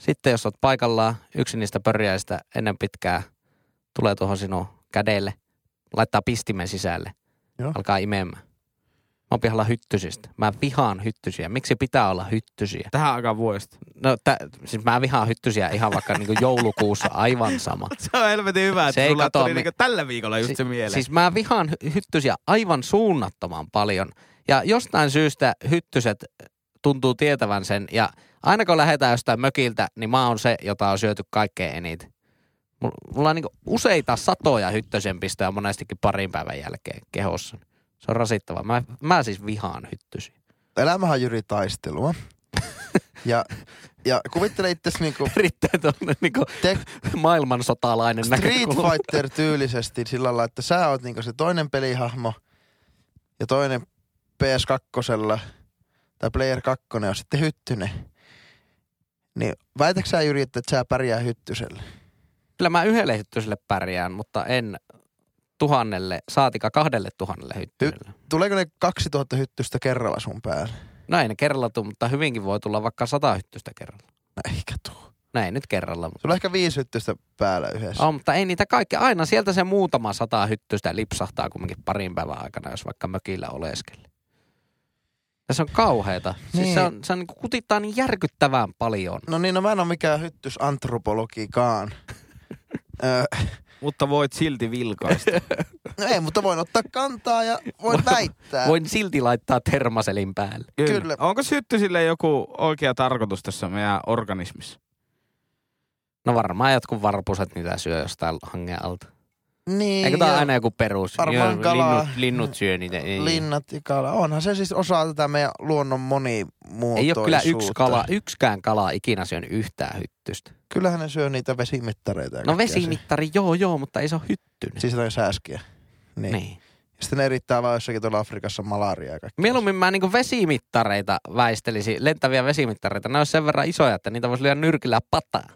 Speaker 1: Sitten jos oot paikallaan, yksi niistä pörjäistä ennen pitkää tulee tuohon sinun kädelle, laittaa pistimen sisälle,
Speaker 3: Joo.
Speaker 1: alkaa imemään. Mä oon pihalla hyttysistä. Mä vihaan hyttysiä. Miksi pitää olla hyttysiä?
Speaker 2: Tähän aikaan vuodesta.
Speaker 1: No, tä, siis mä vihaan hyttysiä ihan vaikka niinku joulukuussa aivan sama.
Speaker 2: Se on helvetin hyvä,
Speaker 1: Se
Speaker 2: että
Speaker 1: ei
Speaker 2: sulla
Speaker 1: katoa
Speaker 2: tuli
Speaker 1: mi-
Speaker 2: niinku tällä viikolla just
Speaker 1: Si-
Speaker 2: se mieleen.
Speaker 1: Siis mä vihaan hy- hyttysiä aivan suunnattoman paljon. Ja jostain syystä hyttyset tuntuu tietävän sen. Ja aina kun lähdetään jostain mökiltä, niin mä oon se, jota on syöty kaikkein eniten. Mul- Mulla on niinku useita satoja hyttösen pistoja monestikin parin päivän jälkeen kehossa. Se on rasittavaa. Mä, mä siis vihaan hyttysiä.
Speaker 3: Elämähän on Jyri taistelua. ja, ja kuvittele itsesi niinku
Speaker 1: Erittäin tuollainen niinku
Speaker 3: te-
Speaker 1: maailmansotalainen
Speaker 3: Street
Speaker 1: näkökulma.
Speaker 3: Fighter tyylisesti sillä lailla, että sä oot niinku se toinen pelihahmo ja toinen PS2 tai Player 2 on sitten hyttynen. Niin väitäks sä Jyri, että sä pärjää hyttyselle?
Speaker 1: Kyllä mä yhdelle hyttyselle pärjään, mutta en tuhannelle, saatika kahdelle tuhannelle hyttyselle.
Speaker 3: Tuleeko ne 2000 hyttystä kerralla sun päälle?
Speaker 1: No ei ne kerralla tule, mutta hyvinkin voi tulla vaikka sata hyttystä kerralla.
Speaker 3: No eikä tuu.
Speaker 1: No ei nyt kerralla, mutta,
Speaker 3: Sulla on ehkä viisi hyttystä päällä yhdessä.
Speaker 1: oh, mutta ei niitä kaikki. Aina sieltä se muutama sata hyttystä lipsahtaa kumminkin parin päivän aikana, jos vaikka mökillä oleskelee. Ja se on kauheeta. Siis
Speaker 3: Niin.
Speaker 1: se, on, se on, niin kutittaa niin järkyttävään paljon.
Speaker 3: No niin, no mä en ole mikään hyttysantropologikaan. öö,
Speaker 2: Mutta voit silti vilkaista.
Speaker 3: no ei, mutta voin ottaa kantaa ja voin väittää.
Speaker 1: Voin silti laittaa termaselin päälle.
Speaker 2: Kyllä.
Speaker 3: Kyllä.
Speaker 2: Onko syttysille joku oikea tarkoitus tässä meidän organismissa?
Speaker 1: No varmaan jotkut varpuset niitä syö jostain hangen alta.
Speaker 3: Niin,
Speaker 1: Eikö tää ole
Speaker 3: ja-
Speaker 1: aina joku perus?
Speaker 3: Varmaan kalaa.
Speaker 1: Linnut, linnut syö niitä. niin. Ei,
Speaker 3: linnat ja kala. Onhan se siis osa tätä meidän luonnon monimuotoisuutta.
Speaker 1: ei ole kyllä yksi kala, yksikään kala ikinä syönyt yhtään hyttystä.
Speaker 3: Kyllähän ne syö niitä vesimittareita. ja
Speaker 1: No
Speaker 3: kaikkea se-
Speaker 1: vesimittari, joo joo, mutta ei se ole hyttynen.
Speaker 3: Siis jotain sääskiä. Niin. niin.
Speaker 1: Niin.
Speaker 3: Sitten ne erittää vaan jossakin tuolla Afrikassa malariaa ja kaikkea.
Speaker 1: Mieluummin mä niinku vesimittareita väistelisin, lentäviä vesimittareita. Ne on sen verran isoja, että niitä voisi lyödä nyrkillä pataa.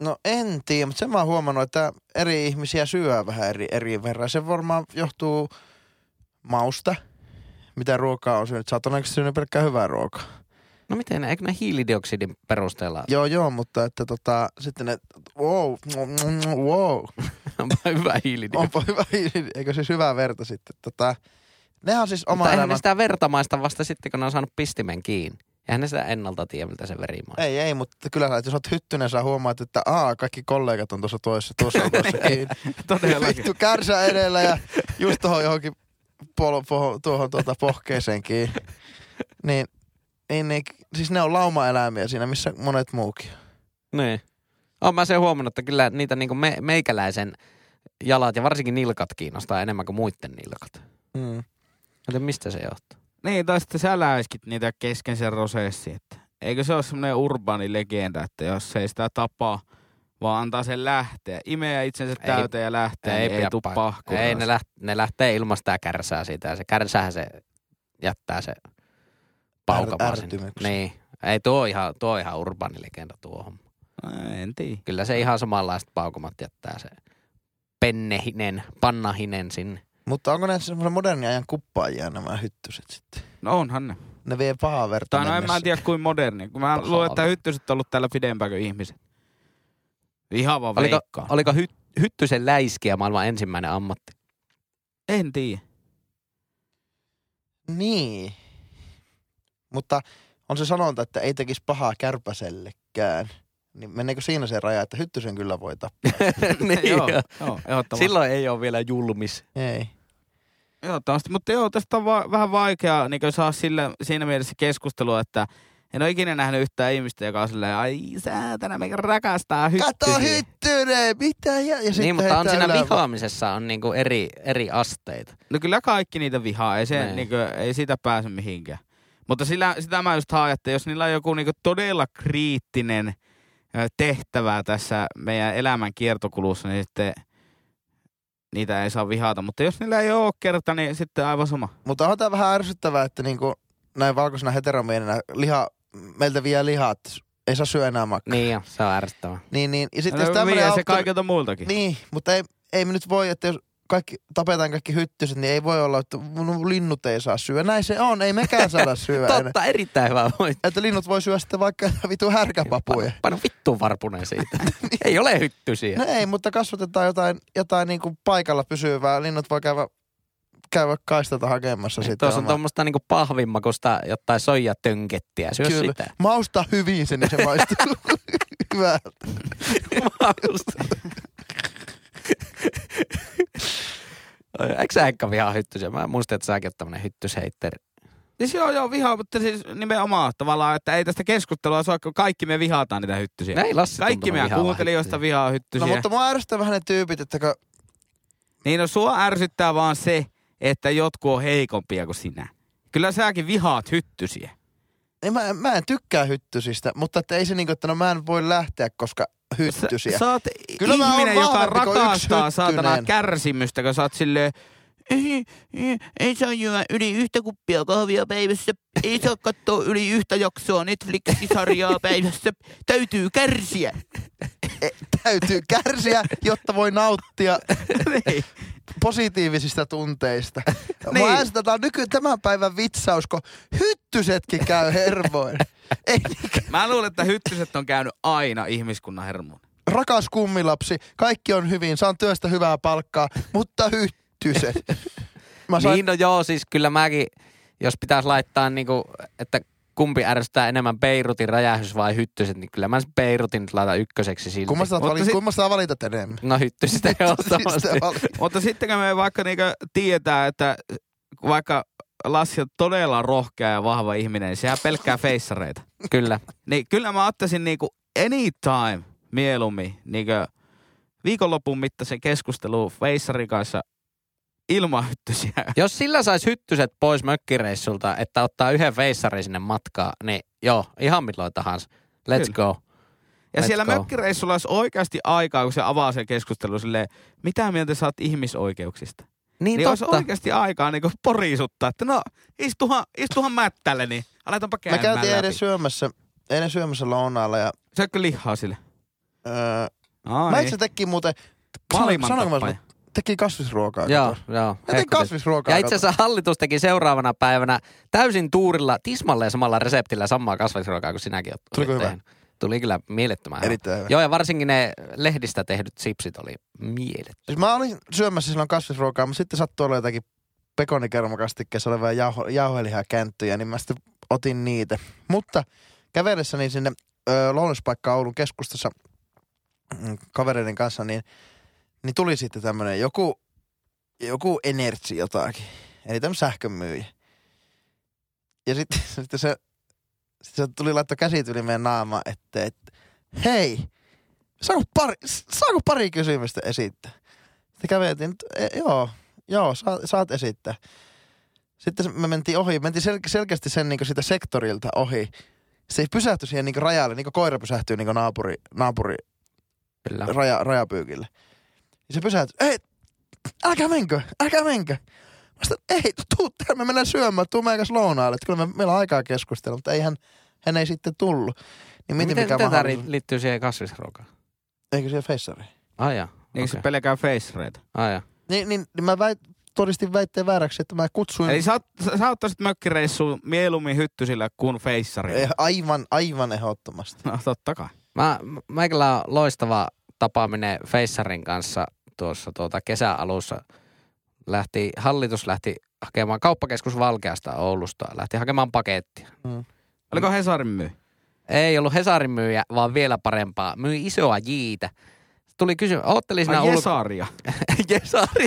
Speaker 3: No en tiedä, mutta sen mä oon huomannut, että eri ihmisiä syö vähän eri, eri verran. Se varmaan johtuu mausta, mitä ruokaa on syönyt. Sä oot todennäköisesti syönyt pelkkää hyvää ruokaa.
Speaker 1: No miten ne, eikö ne hiilidioksidin perusteella?
Speaker 3: Joo, joo, mutta että tota, sitten ne, wow, mm, wow,
Speaker 1: Onpa hyvä
Speaker 2: Niin.
Speaker 1: hiilidioksidi.
Speaker 3: onpa hyvä, eikö siis hyvää verta sitten. Tota, nehän on siis oma
Speaker 1: Mutta eihän
Speaker 3: elämän
Speaker 1: ne sitä vertamaista vasta sitten, kun ne on saanut pistimen kiinni. Eihän ne sitä ennalta tiedä, miltä se veri maistuu.
Speaker 3: Ei, ei, mutta kyllä sä- että jos oot hyttynen, sä huomaat, että aa, kaikki kollegat on tuossa toisessa, tuossa on tuossa kiinni.
Speaker 2: Niin, Todellakin.
Speaker 3: Vittu kärsä edellä ja just tuohon johonkin pol, poho, tuohon tuota pohkeeseen kiinni. Niin, niin, niin, siis ne on laumaeläimiä siinä, missä monet muukin. on.
Speaker 1: Niin. Olen mä sen huomannut, että kyllä niitä niinku me, meikäläisen jalat ja varsinkin nilkat kiinnostaa enemmän kuin muiden nilkat.
Speaker 3: Mm.
Speaker 1: Joten mistä se johtuu?
Speaker 2: Niin, tai sitten sä läiskit niitä kesken sen prosessin. Että. Eikö se ole semmoinen urbaani legenda, että jos ei sitä tapaa, vaan antaa sen lähteä. Imeä itsensä
Speaker 1: Ei-
Speaker 2: täyteen ja lähtee, ei, niin ei
Speaker 1: pidä
Speaker 2: tuu
Speaker 1: paikkaa.
Speaker 2: pahkua.
Speaker 1: Ei, ne, läht, ne lähtee ilman sitä kärsää siitä ja se kärsähän se jättää se paukamaan sinne.
Speaker 3: ärtymyksen.
Speaker 1: Niin. Ei, tuo on ihan, tuo on ihan urbaanilegenda tuohon.
Speaker 2: No, En tiedä.
Speaker 1: Kyllä se ihan samanlaiset paukumat jättää se pennehinen, pannahinen sinne.
Speaker 3: Mutta onko ne semmoisen modernin ajan kuppaajia nämä hyttyset sitten?
Speaker 2: No onhan ne.
Speaker 3: Ne vie pahaa verta
Speaker 2: Tai no en mä
Speaker 3: mennessään.
Speaker 2: tiedä kuin moderni. Kun mä
Speaker 1: Pahaa
Speaker 2: luulen, että
Speaker 1: verta.
Speaker 2: hyttyset on ollut täällä pidempään kuin ihmiset. Ihan vaan
Speaker 1: Oliko,
Speaker 2: veikkaan.
Speaker 1: oliko hyt, hyttysen läiskiä maailman ensimmäinen ammatti?
Speaker 2: En tiedä.
Speaker 3: Niin. Mutta on se sanonta, että ei tekisi pahaa kärpäsellekään, niin meneekö siinä se raja, että hyttysen kyllä voi tappaa?
Speaker 1: niin,
Speaker 2: joo,
Speaker 1: joo.
Speaker 2: joo, ehdottomasti.
Speaker 1: Silloin ei ole vielä julmis.
Speaker 3: Ei.
Speaker 2: Ehdottomasti, mutta joo, tästä on va- vähän vaikea niin saa sillä, siinä mielessä keskustelua, että en ole ikinä nähnyt yhtään ihmistä, joka on silleen, ai säätänä, meikä rakastaa hyttysiä.
Speaker 3: Kato hyttynen, mitä? Ja, ja
Speaker 1: Niin,
Speaker 3: sitten
Speaker 1: mutta on
Speaker 3: heittää
Speaker 1: siinä
Speaker 3: ylä-
Speaker 1: vihaamisessa on niinku eri, eri asteita.
Speaker 2: No kyllä kaikki niitä vihaa, ei, se,
Speaker 1: Niin.
Speaker 2: niin kuin, ei siitä pääse mihinkään. Mutta sillä, sitä mä just haen, että jos niillä on joku niin kuin todella kriittinen ö, tehtävä tässä meidän elämän kiertokulussa, niin sitten niitä ei saa vihata. Mutta jos niillä ei ole kerta, niin sitten aivan sama.
Speaker 3: Mutta onhan tää vähän ärsyttävää, että niinku näin valkoisena heteromiehenä liha, meiltä vie lihat, ei saa syö enää makkaraa.
Speaker 1: Niin jo, se on ärsyttävää.
Speaker 3: Niin, niin. Ja sitten
Speaker 2: No,
Speaker 3: jos tämmöinen
Speaker 2: vie se
Speaker 3: auktori-
Speaker 2: kaikilta muiltakin.
Speaker 3: Niin, mutta ei, ei me nyt voi, että jos kaikki, tapetaan kaikki hyttyset, niin ei voi olla, että no, linnut ei saa syödä. Näin se on, ei mekään saada syödä. enää.
Speaker 1: Totta, erittäin hyvä voi.
Speaker 3: Että linnut voi syödä sitten vaikka vitu härkäpapuja.
Speaker 1: Paino vittuun varpuneen siitä. ei ole hyttysiä.
Speaker 3: Niin. No ei, mutta kasvatetaan jotain, jotain niin kuin paikalla pysyvää. Linnut voi käydä, käydä kaistalta hakemassa sitä.
Speaker 1: Tuossa on tuommoista niinku pahvimakusta jotain soijatönkettiä. Syö
Speaker 3: Kyllä.
Speaker 1: sitä.
Speaker 3: Mausta hyvin sen, niin se maistuu. Hyvä. No,
Speaker 1: Mausta. Eikö sä Henkka vihaa hyttysiä? Mä muistan, että säkin oot tämmönen hyttysheitteri.
Speaker 2: Siis joo, joo, vihaa, mutta siis nimenomaan tavallaan, että ei tästä keskustelua saa, kun kaikki me vihataan niitä hyttysiä.
Speaker 1: Näin Lassi
Speaker 2: Kaikki
Speaker 1: Tuntunen
Speaker 2: meidän
Speaker 1: vihaa
Speaker 2: kuuntelijoista
Speaker 1: hyttysiä.
Speaker 2: vihaa hyttysiä.
Speaker 3: No mutta mua ärsyttää vähän ne tyypit, että kun
Speaker 2: Niin no sua ärsyttää vaan se, että jotkut on heikompia kuin sinä. Kyllä säkin vihaat hyttysiä.
Speaker 3: Niin mä, mä en tykkää hyttysistä, mutta että ei se niinku, että no mä en voi lähteä, koska hyttysiä.
Speaker 2: Sä, sä oot
Speaker 3: Kyllä mä oon
Speaker 2: ihminen, joka
Speaker 3: vahvempi kuin yksi
Speaker 2: rakastaa saatana
Speaker 3: hyttynen.
Speaker 2: kärsimystä, kun sä oot silleen, ei, ei, ei saa juoda yli yhtä kuppia kahvia päivässä, ei saa katsoa yli yhtä jaksoa Netflix-sarjaa päivässä, täytyy kärsiä.
Speaker 3: E, täytyy kärsiä, jotta voi nauttia positiivisista tunteista.
Speaker 2: Niin.
Speaker 3: Niin. Mä äänsitän, tää on nyky tämän päivän vitsaus, kun hyttysetkin käy hermoin. Ei,
Speaker 2: Mä luulen, että hyttyset on käynyt aina ihmiskunnan hermoon.
Speaker 3: rakas kummilapsi, kaikki on hyvin, saan työstä hyvää palkkaa, mutta hyttyset. Mä sain,
Speaker 1: Niin no joo, siis kyllä mäkin, jos pitäisi laittaa niinku, että kumpi ärsyttää enemmän Beirutin räjähdys vai hyttyset, niin kyllä mä sen Beirutin nyt laitan ykköseksi silti.
Speaker 3: kummasta,
Speaker 2: Mutta
Speaker 3: vali,
Speaker 2: sit-
Speaker 3: kummasta valitat enemmän? Siis
Speaker 1: No hyttysistä ehdottomasti.
Speaker 3: Hyttysistä valit-
Speaker 2: Mutta sitten kun me vaikka niinku tietää, että vaikka Lassi on todella rohkea ja vahva ihminen, niin sehän pelkkää feissareita.
Speaker 1: Kyllä.
Speaker 2: Niin kyllä mä ottaisin niinku anytime mieluummin niinku viikonlopun mittaisen keskustelun feissarin kanssa ilman hyttysiä.
Speaker 1: Jos sillä saisi hyttyset pois mökkireissulta, että ottaa yhden veissarin sinne matkaa, niin joo, ihan milloin tahansa. Let's
Speaker 2: Kyllä.
Speaker 1: go.
Speaker 2: Ja
Speaker 1: Let's
Speaker 2: siellä
Speaker 1: go.
Speaker 2: mökkireissulla olisi oikeasti aikaa, kun se avaa sen keskustelun silleen, mitä mieltä sä oot ihmisoikeuksista?
Speaker 1: Niin,
Speaker 2: Niin,
Speaker 1: niin
Speaker 2: olisi
Speaker 1: totta.
Speaker 2: oikeasti aikaa niinku porisuttaa, että no istuhan, istuhan mättälle, niin aletaanpa
Speaker 3: Mä
Speaker 2: käymään
Speaker 3: käytiin
Speaker 2: läpi.
Speaker 3: eilen syömässä, eilen syömässä lounaalla ja
Speaker 2: Syötkö lihaa sille?
Speaker 3: öö,
Speaker 2: Aa,
Speaker 3: Mä
Speaker 2: niin.
Speaker 3: itse teki muuten,
Speaker 2: Maailman
Speaker 3: sanoinko mä
Speaker 2: tappaja.
Speaker 3: sun- teki kasvisruokaa.
Speaker 1: Joo,
Speaker 3: kato. Mä
Speaker 1: joo.
Speaker 3: tein
Speaker 1: Heikko teki.
Speaker 3: kasvisruokaa.
Speaker 1: Ja itse asiassa hallitus teki seuraavana päivänä täysin tuurilla, tismalleen samalla reseptillä samaa kasvisruokaa kuin sinäkin olet
Speaker 3: Tuliko
Speaker 1: olet
Speaker 3: hyvä?
Speaker 1: tehnyt. Tuli kyllä mielettömän
Speaker 3: kato.
Speaker 1: hyvä.
Speaker 3: Erittäin hyvä.
Speaker 1: Joo, ja varsinkin ne lehdistä tehdyt sipsit oli mielet.
Speaker 3: Siis mä olin syömässä silloin kasvisruokaa, mutta sitten sattui olla jotakin pekonikermakastikkeessa olevia jauho, jauhelihäkänttyjä, niin mä sitten otin niitä. Mutta kävellessäni sinne ö, lounaspaikkaan Oulun keskustassa mm, kavereiden kanssa, niin, niin tuli sitten tämmönen joku, joku energy jotakin. Eli tämmöinen sähkömyyjä. Ja sitten, sitten se, sit se tuli laittaa käsit yli meidän naama, että, että hei, saanko pari, saanko pari kysymystä esittää? Sitten käveltiin, että e, joo, joo, saat, saat esittää. Sitten se- me mentiin ohi, mentiin sel, selkeästi sen niin sitä sektorilta ohi. Se pysähtyi siihen niin rajalle, niin kuin koira pysähtyy niin naapuri, naapuri
Speaker 1: Kyllä.
Speaker 3: raja, rajapyykille. Ja se pysähtyi, ei, älkää menkö, älkää menkö. Mä sanoin, ei, tuu tänne, me mennään syömään, tuu meidän kanssa lounaalle. Että kyllä me, meillä on aikaa keskustella, mutta ei hän, hän ei sitten tullut. Niin miten,
Speaker 1: Miten, miten
Speaker 3: mikä
Speaker 1: tämä
Speaker 3: mahdollisuus?
Speaker 1: ri- liittyy siihen kasvisruokaan?
Speaker 3: Eikö siellä feissari?
Speaker 1: Ai jaa,
Speaker 2: Niin okay.
Speaker 1: okei.
Speaker 2: se pelkää facereita.
Speaker 1: Ai jaa.
Speaker 3: Niin, niin, niin mä väit, todistin väitteen vääräksi, että mä kutsuin...
Speaker 2: Eli sä, oot- sä, sä ottaisit mökkireissuun mieluummin hyttysillä kuin feissarilla.
Speaker 3: Eh, Aivan, aivan ehdottomasti.
Speaker 2: No totta kai.
Speaker 1: Mä, Michaelilla on loistava tapaaminen Feissarin kanssa tuossa tuota kesän alussa. Lähti, hallitus lähti hakemaan kauppakeskus Valkeasta Oulusta, lähti hakemaan pakettia.
Speaker 2: Oliko Hesarin myy?
Speaker 1: Ei ollut Hesarin myyjä, vaan vielä parempaa. Myi isoa jiitä. Tuli kysymys, oottelin siinä
Speaker 2: Ai
Speaker 1: ulko...
Speaker 2: Jesaria.
Speaker 1: Jesari.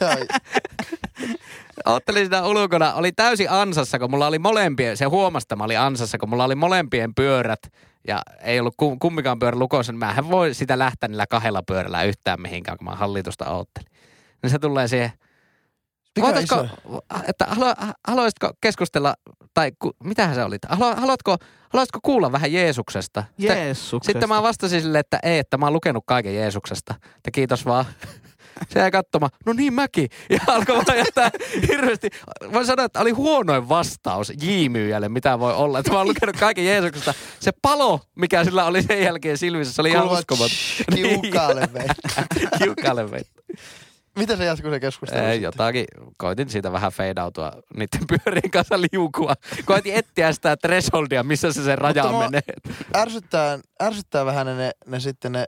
Speaker 3: Ai,
Speaker 1: Ottelin sitä ulkona, oli täysin ansassa, kun mulla oli molempien, se huomasta mä olin ansassa, kun mulla oli molempien pyörät ja ei ollut kum- kummikaan pyörä lukossa, niin mähän voi sitä lähteä niillä kahdella pyörällä yhtään mihinkään, kun mä hallitusta oottelin. Niin se tulee siihen,
Speaker 3: Mikä on
Speaker 1: Voitaisko-
Speaker 3: iso?
Speaker 1: että halu, haluaisitko keskustella, tai ku, mitähän se oli, halu, haluatko, haluaisitko kuulla vähän Jeesuksesta? Sitten-
Speaker 2: Jeesuksesta.
Speaker 1: Sitten mä vastasin sille, että ei, että mä oon lukenut kaiken Jeesuksesta. Että kiitos vaan. Se jäi katsomaan, no niin mäkin. Ja alkoi vaan jättää hirveästi. Voin sanoa, että oli huonoin vastaus J-myyjälle, mitä voi olla. Että mä oon lukenut kaiken Jeesuksesta. Se palo, mikä sillä oli sen jälkeen silmissä, se oli ihan
Speaker 3: Kuuluvat
Speaker 1: uskomaton.
Speaker 3: kiukaalle vei.
Speaker 1: Kiukkaalle vei.
Speaker 3: Mitä se jatkuu se keskustelu?
Speaker 1: Ei,
Speaker 3: sitten?
Speaker 1: jotakin. Koitin siitä vähän feidautua niiden pyörien kanssa liukua. Koitin etsiä sitä thresholdia, missä se sen raja
Speaker 3: Mutta mua-
Speaker 1: menee.
Speaker 3: ärsyttää, ärsyttää vähän ne, ne, ne sitten ne,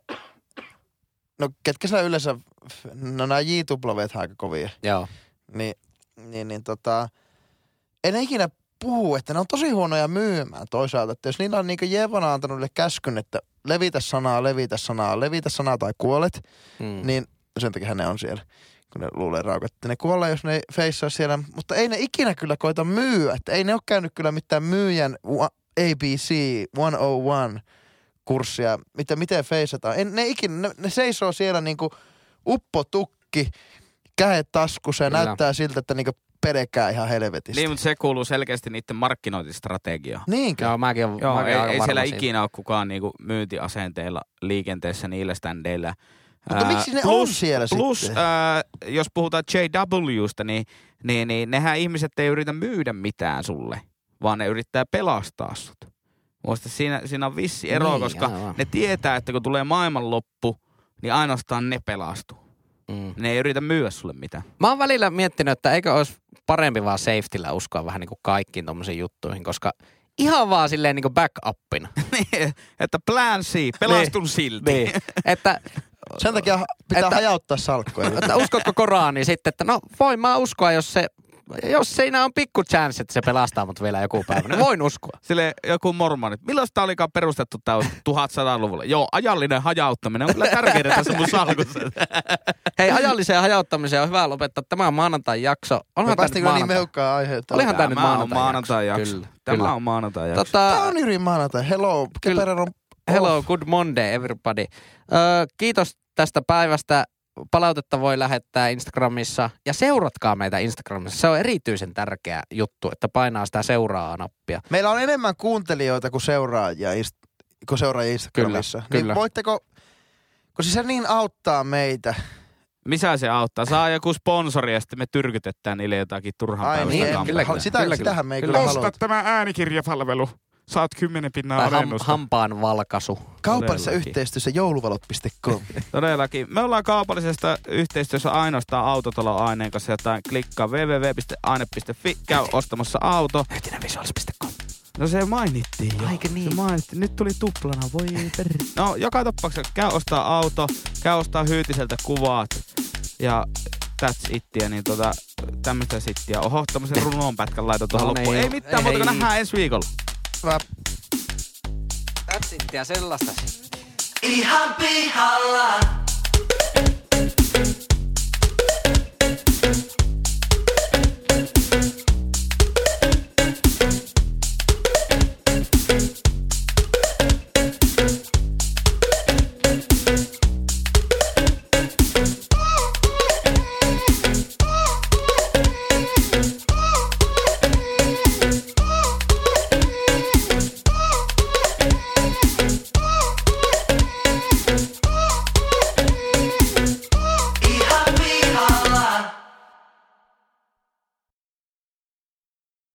Speaker 3: no ketkä sä yleensä, no nämä J-tuploveet aika kovia,
Speaker 1: Joo.
Speaker 3: niin, niin, niin tota, en ikinä puhu, että ne on tosi huonoja myymään toisaalta, että jos niillä on niinku Jevona antanut niille käskyn, että levitä sanaa, levitä sanaa, levitä sanaa tai kuolet,
Speaker 1: Mm.
Speaker 3: niin sen takia ne on siellä kun ne luulee raukat, että ne kuolee, jos ne ei feissaa siellä. Mutta ei ne ikinä kyllä koita myyä. Että ei ne ole käynyt kyllä mitään myyjän wa- ABC 101 kurssia, oh mitä, miten feissataan. En, ne, ikinä, ne, ne seisoo siellä niinku uppotukki, kädet taskussa ja
Speaker 1: Kyllä.
Speaker 3: näyttää siltä, että niinku pelkää ihan helvetisti.
Speaker 2: Niin, mutta se kuuluu selkeästi niiden markkinointistrategiaan.
Speaker 3: Niinkö?
Speaker 1: Joo, mäkin olen,
Speaker 3: No,
Speaker 2: Joo,
Speaker 1: mäkin
Speaker 2: ei,
Speaker 1: olen aika
Speaker 2: ei
Speaker 1: varma
Speaker 2: siellä
Speaker 1: siitä.
Speaker 2: ikinä ole kukaan niinku myyntiasenteilla liikenteessä niillä ständeillä.
Speaker 3: Mutta
Speaker 2: Ää,
Speaker 3: miksi ne
Speaker 2: plus-
Speaker 3: on siellä
Speaker 2: Plus,
Speaker 3: sitten?
Speaker 2: ää, jos puhutaan JWstä, niin, niin, niin nehän ihmiset ei yritä myydä mitään sulle, vaan ne yrittää pelastaa sut. Muista siinä, siinä on vissi ero,
Speaker 1: Niin,
Speaker 2: niin, koska
Speaker 1: aivan.
Speaker 2: ne tietää, että kun tulee maailmanloppu, niin ainoastaan ne pelastuu.
Speaker 1: Mm.
Speaker 2: Ne ei yritä myydä sulle mitään.
Speaker 1: Mä oon välillä miettinyt, että eikö olisi parempi vaan safetyllä uskoa vähän niin kuin kaikkiin tommosiin juttuihin, koska ihan vaan silleen niin kuin backupina.
Speaker 2: Niin, että plan C, pelastun
Speaker 6: Niin,
Speaker 2: silti.
Speaker 1: Niin. että,
Speaker 3: Sen takia ha- pitää
Speaker 1: Että-
Speaker 3: hajauttaa salkkoja.
Speaker 1: että uskotko Koraaniin sitten, että no voin mä uskoa, jos se jos siinä on pikku chance, että se pelastaa mut vielä joku päivä, niin voin uskoa.
Speaker 2: Sille joku mormoni. Milloin sitä olikaan perustettu tämä 1100-luvulla? Joo, ajallinen hajauttaminen on kyllä tärkeää tässä mun salkussa.
Speaker 1: Hei, ajalliseen hajauttamiseen on hyvä lopettaa tämä maanantain jakso.
Speaker 3: Me
Speaker 1: Onhan tämä nyt
Speaker 3: päästiin kyllä niin
Speaker 1: maanantai.
Speaker 3: mehukkaan aiheeseen.
Speaker 1: Olihan tämä nyt
Speaker 2: Tämä on
Speaker 1: maanantai.
Speaker 2: maanantai-jakso.
Speaker 1: Kyllä,
Speaker 2: Tämä
Speaker 1: kyllä.
Speaker 2: on maanantai jakso.
Speaker 1: Tota,
Speaker 3: Tämä on yri maanantai. Hello,
Speaker 1: Kyllä.
Speaker 3: Keperän on Oh.
Speaker 1: Hello, good Monday everybody. Öö, kiitos tästä päivästä. Palautetta voi lähettää Instagramissa ja seuratkaa meitä Instagramissa. Se on erityisen tärkeä juttu, että painaa sitä seuraa nappia.
Speaker 3: Meillä on enemmän kuuntelijoita kuin seuraajia, inst- kuin seuraajia Instagramissa.
Speaker 1: Kyllä,
Speaker 3: niin
Speaker 1: kyllä.
Speaker 3: voitteko, kun siis se niin auttaa meitä.
Speaker 2: Missä se auttaa? Saa joku sponsori ja sitten me tyrkytetään niille jotakin turhan
Speaker 3: Ai
Speaker 2: päiväistä
Speaker 3: niin,
Speaker 1: kyllä,
Speaker 2: kampaa.
Speaker 1: kyllä,
Speaker 3: Hal- sitä,
Speaker 1: kyllä,
Speaker 3: sitähän me ei
Speaker 1: kyllä.
Speaker 3: kyllä,
Speaker 1: Osta
Speaker 3: haluta.
Speaker 6: tämä äänikirjapalvelu. Saat 10
Speaker 1: Tai
Speaker 6: pinnaa
Speaker 1: ham,
Speaker 6: alennusta.
Speaker 1: hampaan valkaisu.
Speaker 3: Kaupallisessa
Speaker 2: Todellakin.
Speaker 3: yhteistyössä jouluvalot.com.
Speaker 2: Todellakin. Me ollaan kaupallisesta yhteistyössä ainoastaan autotalon aineen kanssa, jotain klikkaa www.aine.fi, käy ostamassa auto.
Speaker 1: Yhtenävisuaalis.com.
Speaker 2: No se mainittiin jo.
Speaker 1: Eikö niin?
Speaker 2: Se mainittiin. Nyt tuli tuplana, voi perri. No joka tapauksessa käy ostaa auto, käy ostaa hyytiseltä kuvat ja that's ittiä, niin tota, tämmöistä sittiä. Oho, tämmöisen runon pätkän laita tuohon
Speaker 1: No
Speaker 2: loppuun.
Speaker 1: niin.
Speaker 2: Ei mitään,
Speaker 1: Ei,
Speaker 2: muuta kuin
Speaker 1: ei.
Speaker 2: nähdään ensi viikolla.
Speaker 1: Tätsittiä sellaista.
Speaker 5: Ihan pihalla.